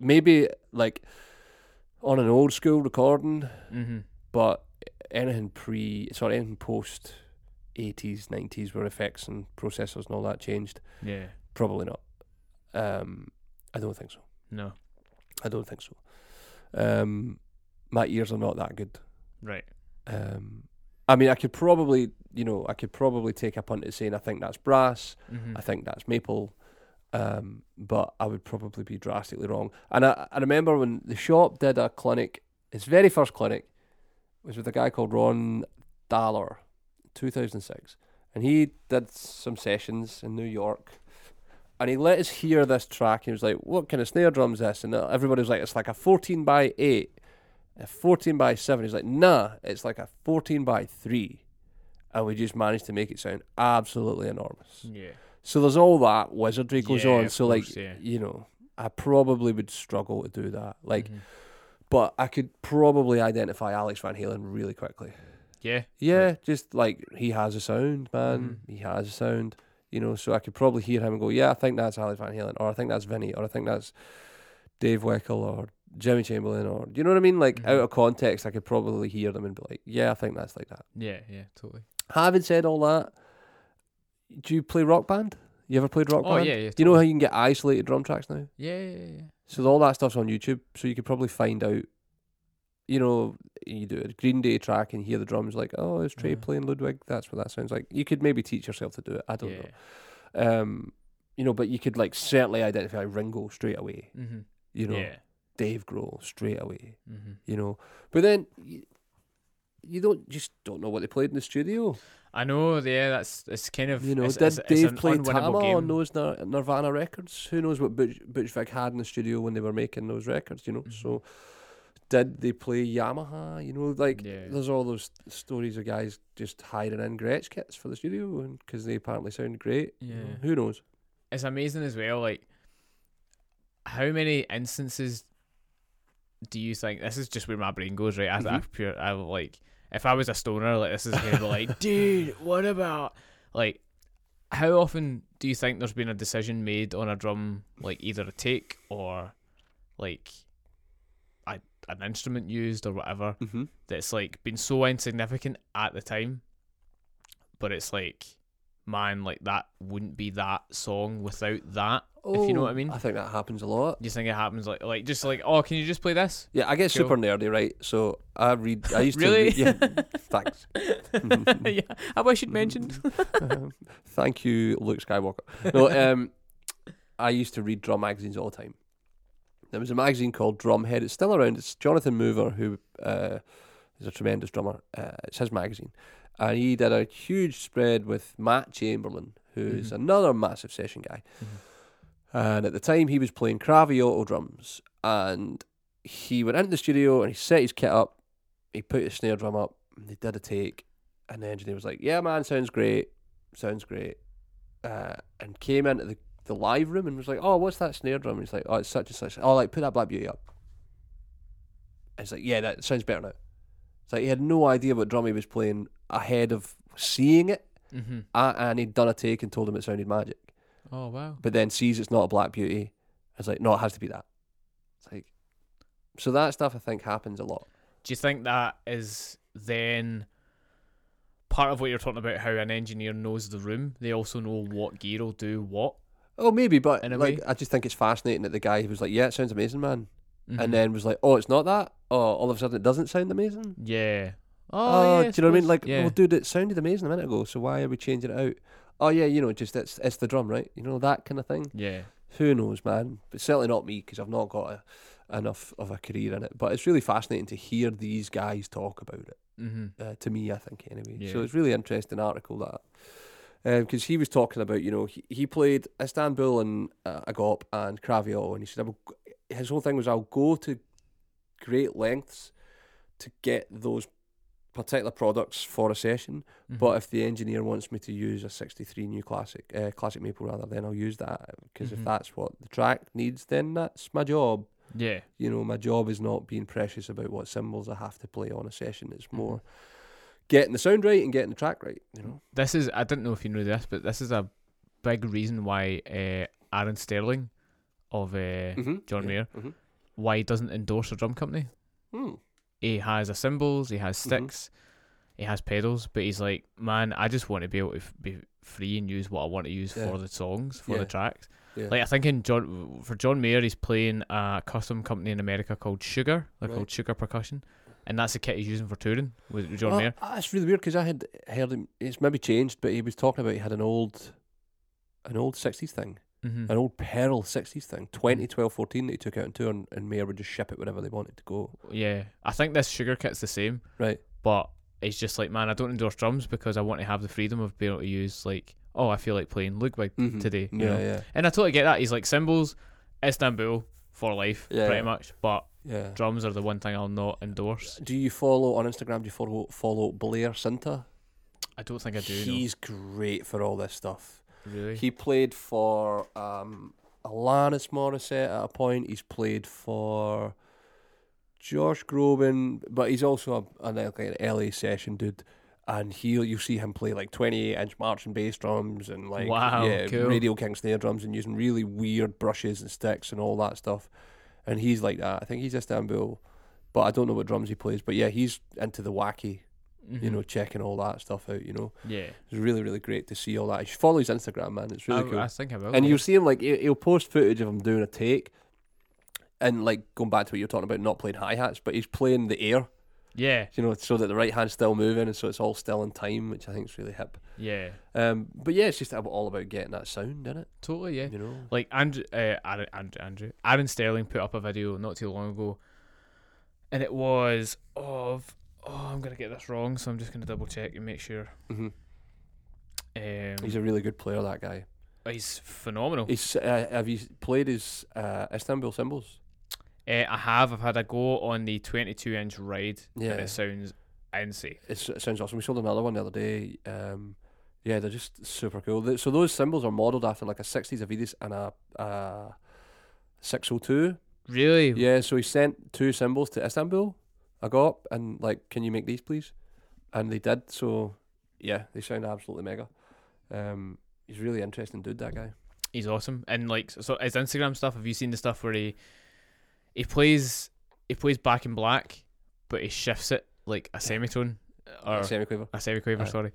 S1: maybe like on an old school recording,
S2: Mm-hmm.
S1: but anything pre sorry anything post 80s 90s where effects and processors and all that changed
S2: Yeah.
S1: probably not um i don't think so
S2: No.
S1: i don't think so um my ears are not that good
S2: Right.
S1: um i mean i could probably you know i could probably take a punt at saying i think that's brass
S2: Mm-hmm.
S1: i think that's maple um but i would probably be drastically wrong and i, I remember when the shop did a clinic his very first clinic was with a guy called Ron Daller, 2006, and he did some sessions in New York, and he let us hear this track. He was like, "What kind of snare drums this?" And everybody was like, "It's like a 14 by 8, a 14 by 7." He's like, "Nah, it's like a 14 by 3," and we just managed to make it sound absolutely enormous.
S2: yeah.
S1: So there's all that wizardry goes
S2: Yeah,
S1: on.
S2: of
S1: So like,
S2: course, yeah.
S1: you know, I probably would struggle to do that. Like,
S2: Mhm.
S1: but I could probably identify Alex Van Halen really quickly.
S2: Yeah.
S1: Yeah, just like he has a sound, man.
S2: Mm-hmm.
S1: He has a sound, you know. So I could probably hear him and go, "Yeah, I think that's Alex Van Halen, or I think that's Vinny, or I think that's Dave Weckl, or Jimmy Chamberlain or do you know what I mean? Like
S2: Mm-hmm.
S1: out of context, I could probably hear them and be like, yeah, I think that's like that.
S2: Yeah, yeah, totally.
S1: Having said all that, do you play rock band? You ever played rock
S2: oh
S1: band?
S2: yeah, yeah.
S1: Do you know how
S2: totally.
S1: you can get isolated drum tracks now?
S2: Yeah, yeah, yeah, yeah.
S1: So all that stuff's on YouTube. So you could probably find out, you know, you do a Green Day track and hear the drums like, oh, it's Trey
S2: Yeah.
S1: playing Ludwig. That's what that sounds like. You could maybe teach yourself to do it. I don't
S2: yeah.
S1: know. Um, you know, but you could like certainly identify Ringo straight away.
S2: Mm-hmm.
S1: You know,
S2: yeah.
S1: Dave Grohl straight away.
S2: Mm-hmm.
S1: You know, but then you, you don't just don't know what they played in the studio.
S2: I know. Yeah, that's it's kind of
S1: You know,
S2: It's,
S1: did
S2: it's,
S1: Dave
S2: it's an
S1: play Tama
S2: unwinnable game.
S1: on those Nir- Nirvana records? Who knows what Butch, Butch Vig had in the studio when they were making those records? You know,
S2: Mhm.
S1: so did they play Yamaha? You know, like
S2: Mm-hmm. Yeah.
S1: there's all those stories of guys just hiring in Gretsch kits for the studio because they apparently sound great. you know.
S2: Yeah.
S1: who knows?
S2: it's amazing as well. Like, how many instances do you think this is just where my brain goes? Right, I, I
S1: Mhm.
S2: pure, I like if I was a stoner, like this is gonna be like, dude, what about like? How often do you think there's been a decision made on a drum, like either a take or like a, an instrument used or whatever,
S1: Mm-hmm.
S2: that's like been so insignificant at the time, but it's like, man, like that wouldn't be that song without that.
S1: Oh,
S2: If you know what I mean.
S1: I think that happens a lot.
S2: Do you think it happens like like just like oh can you just play this?
S1: Yeah, I get
S2: Cool.
S1: super nerdy, right? So I read. I used
S2: Really?
S1: to. Read, yeah, thanks.
S2: yeah, I wish you'd mentioned.
S1: Um, thank you, Luke Skywalker. No, um, I used to read drum magazines all the time. There was a magazine called Drumhead. It's still around. It's Jonathan Mover, who uh, is a tremendous drummer. Uh, it's his magazine, and he did a huge spread with Matt Chamberlain, who's
S2: Mhm.
S1: another massive session guy. And at the time, he was playing Cravioto drums, and he went into the studio and he set his kit up. He put his snare drum up. And they did a take, and the engineer was like, "Yeah, man, sounds great, sounds great," uh, and came into the, the live room and was like, "Oh, what's that snare drum?" And he's like, "Oh, it's such and such." Oh, like put that Black Beauty up. And it's like, "Yeah, that sounds better now." It's like he had no idea what drum he was playing ahead of seeing it,
S2: hmm
S1: a- and he'd done a take and told him it sounded magic
S2: Oh wow.
S1: but then sees it's not a black beauty. It's like, no, it has to be that. It's like, so that stuff I think happens a lot.
S2: Do you think that is then part of what you're talking about? How an engineer knows the room, they also know what gear will do what.
S1: Oh, maybe, but
S2: In a
S1: like,
S2: way.
S1: I just think it's fascinating that the guy who was like, yeah, it sounds amazing, man,
S2: Mhm.
S1: and then was like, oh, it's not that. Oh, all of a sudden it doesn't sound amazing.
S2: yeah.
S1: Oh,
S2: yeah,
S1: do you know what I mean?
S2: suppose.
S1: Like,
S2: yeah.
S1: well, dude, it sounded amazing a minute ago, so why are we changing it out? Oh yeah, you know, just it's it's the drum, right? You know that kind of thing.
S2: yeah.
S1: Who knows, man? But certainly not me because I've not got a, enough of a career in it. But it's really fascinating to hear these guys talk about it
S2: Mm-hmm.
S1: uh, to me, I think, anyway. So
S2: Yeah.
S1: it's really interesting article that because he was talking about you know he, he played Istanbul and uh, Agop and Cravio, and he said I will, g- his whole thing was I'll go to great lengths to get those particular products for a session,
S2: Mm-hmm.
S1: but if the engineer wants me to use a '63 new classic, uh, classic maple rather, then I'll use that because
S2: Mhm.
S1: if that's what the track needs, then that's my job
S2: yeah.
S1: you know, my job is not being precious about what symbols I have to play on a session.
S2: Mm-hmm.
S1: It's more getting the sound right and getting the track right, you know.
S2: This is I didn't know if you knew this, but this is a big reason why uh, Aaron Sterling of uh,
S1: Mhm.
S2: John
S1: Yeah.
S2: Mayer
S1: Mhm.
S2: why he doesn't endorse a drum company.
S1: Hmm.
S2: He has a cymbals, he has
S1: Mhm.
S2: sticks, he has pedals, but he's like, man, I just want to be able to f- be free and use what I want to use
S1: Yeah.
S2: for the songs, for
S1: Yeah.
S2: the tracks.
S1: Yeah.
S2: Like I think in John for John Mayer, he's playing a custom company in America called Sugar. They're
S1: Right.
S2: called Sugar Percussion, and that's the kit he's using for touring with with John
S1: Well,
S2: Mayer.
S1: ah, That's really weird because I had heard him. It's maybe changed, but he was talking about he had an old, an old '60s thing,
S2: hmm
S1: an old Pearl '60s
S2: Mm.
S1: thing, 2012, 14 that he took out on tour, and, and Mayer would just ship it wherever they wanted to go.
S2: Yeah, I think this sugar kit's the same,
S1: Right.
S2: but it's just like, man, I don't endorse drums because I want to have the freedom of being able to use like, oh, I feel like playing Ludwig
S1: Mhm.
S2: today, you
S1: Yeah,
S2: know?
S1: yeah,
S2: and I totally get that. He's like symbols, Istanbul for life,
S1: Yeah,
S2: pretty
S1: yeah.
S2: much. But
S1: yeah.
S2: drums are the one thing I'll not endorse.
S1: Do you follow on Instagram? Do you follow follow Blair Sinta?
S2: I don't think I do. no.
S1: He's great for all this stuff.
S2: Really?
S1: He played for um, Alanis Morissette at a point. He's played for Josh Groban, but he's also a, an, like an LA session dude. And he'll you see him play like 28 inch marching bass drums and like
S2: Wow,
S1: yeah,
S2: cool.
S1: Radio King snare drums and using really weird brushes and sticks and all that stuff. and he's like that. I think he's Istanbul, but I don't know what drums he plays. But yeah, he's into the wacky,
S2: Mm-hmm.
S1: you know, checking all that stuff out. You know,
S2: yeah.
S1: it's really really great to see all that. You should follow his Instagram, man. It's really
S2: I,
S1: cool.
S2: I think I will.
S1: and
S2: yeah.
S1: you'll see him like he- he'll post footage of him doing a take, and like going back to what you're talking about, not playing hi hats, but he's playing the air.
S2: yeah,
S1: You know, so that the right hand's still moving, and so it's all still in time, which I think is really hip.
S2: yeah,
S1: Um, but yeah, it's just ab- all about getting that sound, isn't it?
S2: totally, yeah.
S1: You know,
S2: Like Andrew, uh, Aaron, Andrew, Andrew, Aaron Sterling put up a video not too long ago, and it was of oh, I'm gonna get this wrong, so I'm just gonna double check and make sure.
S1: Mhm.
S2: Um,
S1: he's a really good player. That guy.
S2: oh, he's phenomenal.
S1: He's uh, have you played his uh, Istanbul cymbals?
S2: Uh, I have. I've had a go on the 22 inch ride,
S1: Yeah.
S2: and it sounds insane.
S1: It's, it sounds awesome. We sold another one the other day. Um, yeah, they're just super cool. Th- So those cymbals are modelled after like a '60s Avidis and a, a 602.
S2: Really?
S1: Yeah, so he sent two cymbals to Istanbul. I got up and like, can you make these, please? And they did. So yeah, they sound absolutely mega. Um, he's a really interesting, dude. That guy.
S2: He's awesome. And like, so his Instagram stuff. Have you seen the stuff where he he plays he plays Back in Black, but he shifts it like a semitone or
S1: Sammy Quaver.
S2: a semiquaver.
S1: Aye.
S2: Sorry,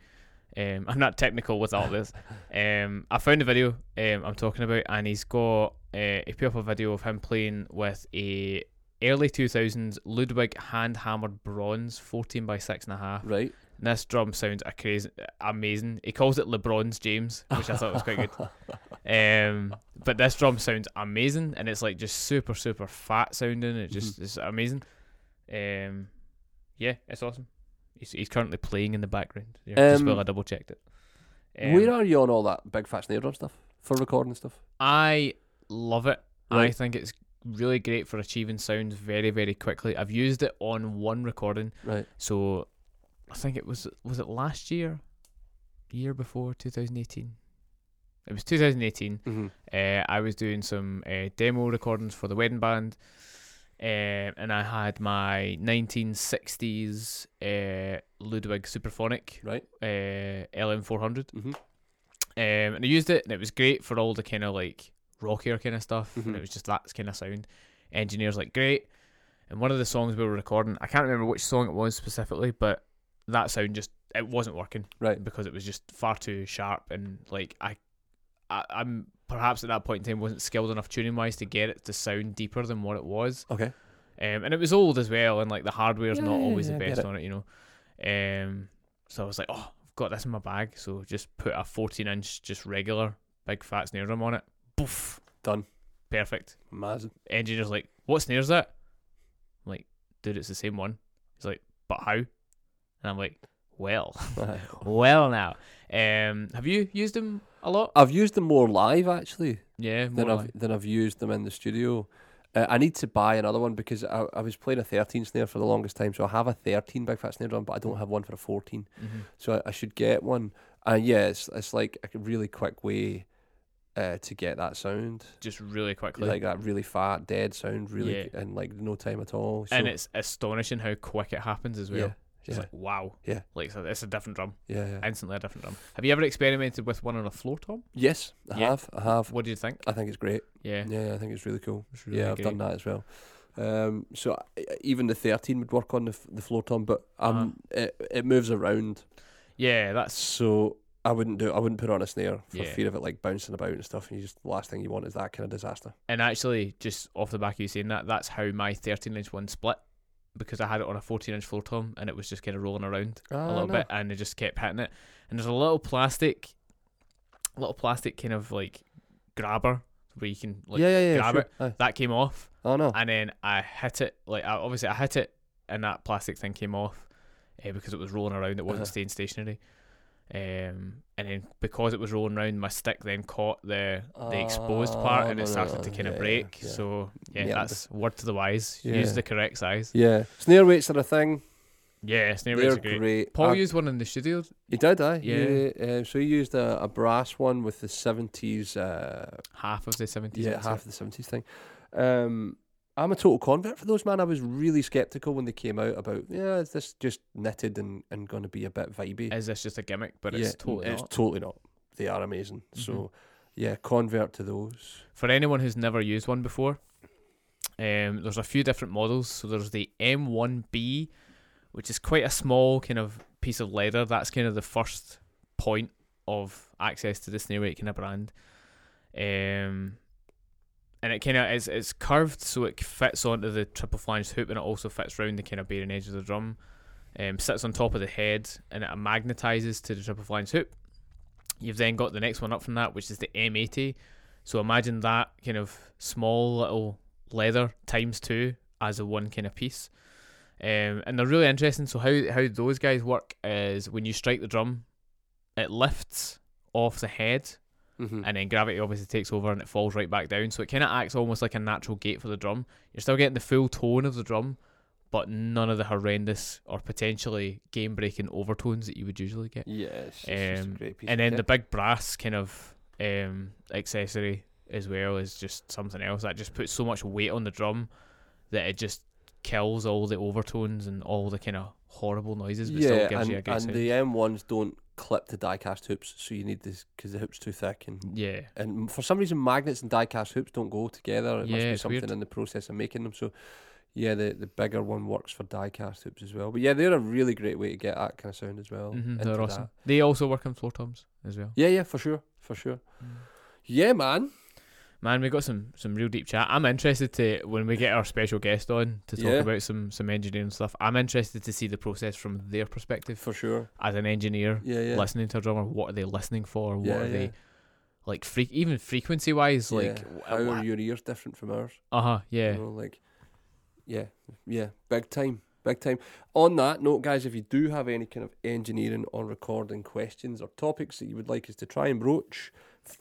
S2: um, I'm not technical with all this. um, I found a video um, I'm talking about, and he's got uh, he put up a video of him playing with a early 2000s Ludwig hand hammered bronze 14 by six and a half.
S1: Right.
S2: And this drum sounds a crazy, amazing. He calls it LeBron's James, which I thought was quite good. Um, but this drum sounds amazing, and it's like just super, super fat sounding. It just
S1: Mm-hmm.
S2: is amazing. Um, yeah, it's awesome. He's, he's currently playing in the background. Yeah, just
S1: Um,
S2: while I double checked it. Um,
S1: Where are you on all that big fat snare drum stuff for recording stuff?
S2: I love it. I
S1: Right.
S2: think it's really great for achieving sounds very, very quickly. I've used it on one recording.
S1: Right.
S2: So I think it was was it last year, year before 2018. It was 2018.
S1: Mm-hmm.
S2: Uh, I was doing some uh, demo recordings for the wedding band, um, and I had my 1960s uh, Ludwig Superphonic
S1: Right.
S2: uh, LM400,
S1: Mm-hmm.
S2: um, and I used it, and it was great for all the kind of like rockier kind of stuff, and
S1: Mhm.
S2: it was just that kind of sound. Engineers like great, and one of the songs we were recording, I can't remember which song it was specifically, but that sound just it wasn't working
S1: Right.
S2: because it was just far too sharp, and like I, I I'm perhaps at that point in time wasn't skilled enough tuning wise to get it to sound deeper than what it was,
S1: Okay.
S2: um, and it was old as well, and like the hardware's
S1: Yeah,
S2: not
S1: yeah,
S2: always
S1: yeah, I
S2: the
S1: get
S2: best
S1: it.
S2: on it, you know. Um, so I was like, oh, I've got this in my bag, so just put a 14 inch, just regular, big fat snare drum on it. Boof,
S1: Done.
S2: perfect.
S1: Amazing.
S2: Engineer's like, what snare's that? I'm like, dude, it's the same one. He's like, but how? And I'm like, well, well now. Um, have you used them a lot?
S1: I've used them more live actually
S2: Yeah, more
S1: than I've
S2: like-
S1: than I've used them in the studio. Uh, I need to buy another one because I, I was playing a 13 snare for the longest time, so I have a 13 big fat snare drum, but I don't have one for a 14.
S2: Mhm.
S1: So I, I should get one. And yeah, it's, it's like a really quick way uh, to get that sound,
S2: just really quickly.
S1: like that really fat dead sound, really,
S2: Yeah.
S1: in like no time at all. So,
S2: and it's astonishing how quick it happens as well.
S1: yeah,
S2: Just
S1: yeah.
S2: like wow.
S1: Yeah.
S2: Like so it's a different drum.
S1: yeah, yeah.
S2: Instantly a different drum. Have you ever experimented with one on a floor tom?
S1: Yes, I
S2: Yeah.
S1: have, I have.
S2: What do you think?
S1: I think it's great.
S2: Yeah.
S1: Yeah, I think it's really cool.
S2: It's really
S1: yeah, I've done that as well. Um, so I, even the 13 would work on the, f- the floor tom, but um,
S2: Uh-huh.
S1: it, it moves around.
S2: Yeah, that's
S1: So I wouldn't do I wouldn't put on a snare for
S2: Yeah.
S1: fear of it like bouncing about and stuff. And you just the last thing you want is that kind of disaster.
S2: and actually just off the back of you saying that, that's how my thirteen inch one split because I had it on a fourteen inch floor tom and it was just kinda rolling around
S1: Ah,
S2: a
S1: Oh,
S2: little bit and it just kept hitting it. And there's a little plastic little plastic kind of like grabber where you can like
S1: yeah, yeah, yeah.
S2: grab
S1: sure.
S2: it.
S1: Aye.
S2: that came off
S1: Oh no.
S2: and then I hit it like I, obviously I hit it and that plastic thing came off eh, because it was rolling around it wasn't
S1: Uh-huh.
S2: staying stationary um, and then because it was rolling around my stick then caught the the exposed part
S1: Ah,
S2: and
S1: no,
S2: it
S1: no,
S2: started
S1: no,
S2: to kind of
S1: yeah,
S2: break
S1: yeah.
S2: so yeah,
S1: Yeah,
S2: that's word to the wise use
S1: Yeah.
S2: the correct size
S1: Yeah, snare weights are a thing.
S2: yeah snare
S1: They're
S2: rates are great
S1: great.
S2: Paul
S1: Uh,
S2: used one in the studio
S1: he did, aye.
S2: Yeah.
S1: Yeah, uh, so he used a, a brass one with the seventies. Uh,
S2: half of the 70s
S1: yeah,
S2: insert.
S1: half of the seventies thing. Um, I'm a total convert for those, man. I was really skeptical when they came out about, yeah, is this just knitted and, and going to be a bit vibey?
S2: is this just a gimmick but
S1: Yeah,
S2: it's totally
S1: it's
S2: not. Mm-hmm.
S1: totally not. They are amazing. So, yeah, convert to those.
S2: for anyone who's never used one before Um, there's a few different models. So there's the M1B, which is quite a small kind of piece of leather. That's kind of the first point of access to the Snailwake kind of brand. Um, and it kind of is it's curved, so it fits onto the triple flange hoop, and it also fits round the kind of bearing edge of the drum. Um, sits on top of the head, and it magnetizes to the triple flange hoop. You've then got the next one up from that, which is the M80. So imagine that kind of small little leather times two as a one kind of piece. Um, and they're really interesting. So how how those guys work is when you strike the drum, it lifts off the head,
S1: Mm-hmm.
S2: and then gravity obviously takes over and it falls right back down. So it kind of acts almost like a natural gate for the drum. You're still getting the full tone of the drum, but none of the horrendous or potentially game breaking overtones that you would usually get.
S1: yeah, it's,
S2: Um, and then the big brass kind of um, accessory as well is just something else that just puts so much weight on the drum that it just kills all the overtones and all the kind of horrible noises, but still
S1: yeah,
S2: gives
S1: and,
S2: you a good
S1: and
S2: sound.
S1: the M1s don't clip to diecast hoops, so you need this because the hoop's too thick and.
S2: yeah,
S1: And for some reason, magnets and die-cast hoops don't go together. It must
S2: Yeah,
S1: be
S2: it's
S1: something
S2: weird.
S1: in the process of making them. So, yeah, the, the bigger one works for die-cast hoops as well. But yeah, they're a really great way to get that kind of sound as well.
S2: hmm
S1: into
S2: they're awesome.
S1: that.
S2: They also work on floor toms as well.
S1: Yeah, yeah, for sure, for sure.
S2: Mm.
S1: Yeah, man.
S2: Man, we got some some real deep chat. I'm interested to when we get our special guest on to talk
S1: Yeah.
S2: about some some engineering stuff. I'm interested to see the process from their perspective
S1: For sure.
S2: as an engineer
S1: Yeah, yeah.
S2: listening to a drummer. What are they listening for? What
S1: yeah,
S2: are
S1: yeah.
S2: they like? Freak even frequency wise, like
S1: Yeah. how are your ears different from ours?
S2: uh huh,
S1: You
S2: yeah,
S1: know, like, yeah, yeah, big time, big time. On that note, guys, if you do have any kind of engineering or recording questions or topics that you would like us to try and broach,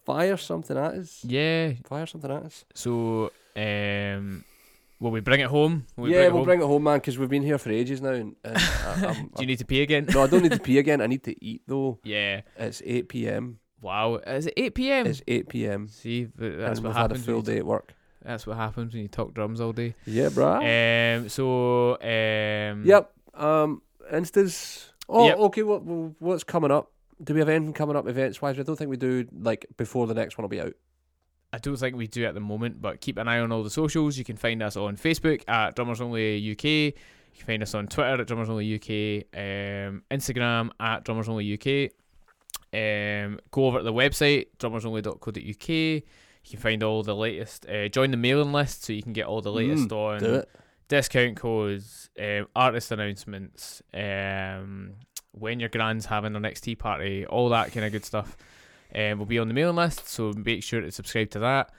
S1: fire something at us.
S2: yeah.
S1: Fire something at us.
S2: So, um, will we bring it home? Will we
S1: yeah,
S2: bring it
S1: we'll
S2: home?
S1: bring it home, man, because we've been here for ages now. And, and I, I'm,
S2: Do you need to pee again?
S1: no, I don't need to pee again. I need to eat though.
S2: yeah.
S1: It's eight p.m.
S2: Wow. Is it eight p.m.?
S1: It's eight p.m.
S2: see, but that's
S1: and
S2: what
S1: we've had a
S2: happens. when
S1: full
S2: you-
S1: day at work.
S2: That's what happens when you talk drums all day.
S1: Yeah, bruh.
S2: Um. So. Um.
S1: yep. Um, instas. Oh,
S2: Yep.
S1: okay. What what- what's coming up? Do we have anything coming up events wise? I don't think we do. Like before the next one will be out.
S2: I don't think we do at the moment, but keep an eye on all the socials. You can find us on Facebook at Drummers Only UK. You can find us on Twitter at Drummers Only UK. Um, Instagram at Drummers Only UK. Um, go over to the website drummersonly.co.uk. You can find all the latest. Uh, join the mailing list so you can get all the latest
S1: Mm,
S2: on
S1: Do it.
S2: discount codes, um, artist announcements, um, when your grand's having their next tea party, all that kind of good stuff. Um, we'll be on the mailing list, so make sure to subscribe to that.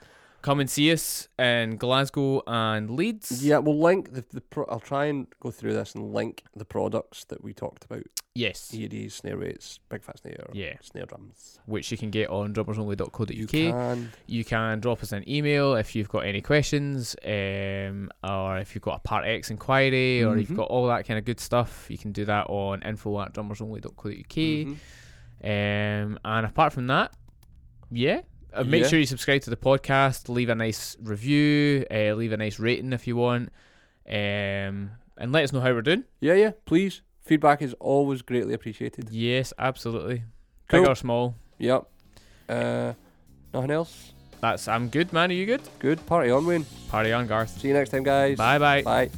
S2: Come and see us in Glasgow and Leeds.
S1: Yeah, we'll link the, the pro- I'll try and go through this and link the products that we talked about:
S2: Yes.
S1: EDs, snare rates, big fat snare,
S2: Yeah.
S1: snare drums.
S2: Which you can get on drummersonly.co.uk.
S1: You can.
S2: you can drop us an email if you've got any questions um, or if you've got a part x inquiry or
S1: Mhm.
S2: you've got all that kind of good stuff you can do that on info at drummersonly.co.uk
S1: Mhm.
S2: um, and apart from that yeah uh, make
S1: Yeah.
S2: sure you subscribe to the podcast leave a nice review uh, leave a nice rating if you want um, and let us know how we're doing
S1: Yeah, yeah. Please, feedback is always greatly appreciated.
S2: yes absolutely big
S1: Cool.
S2: or small
S1: Yep. Uh, nothing else.
S2: that's i'm good man are you good
S1: Good party on, Wayne.
S2: party on garth
S1: See you next time, guys.
S2: bye bye
S1: Bye.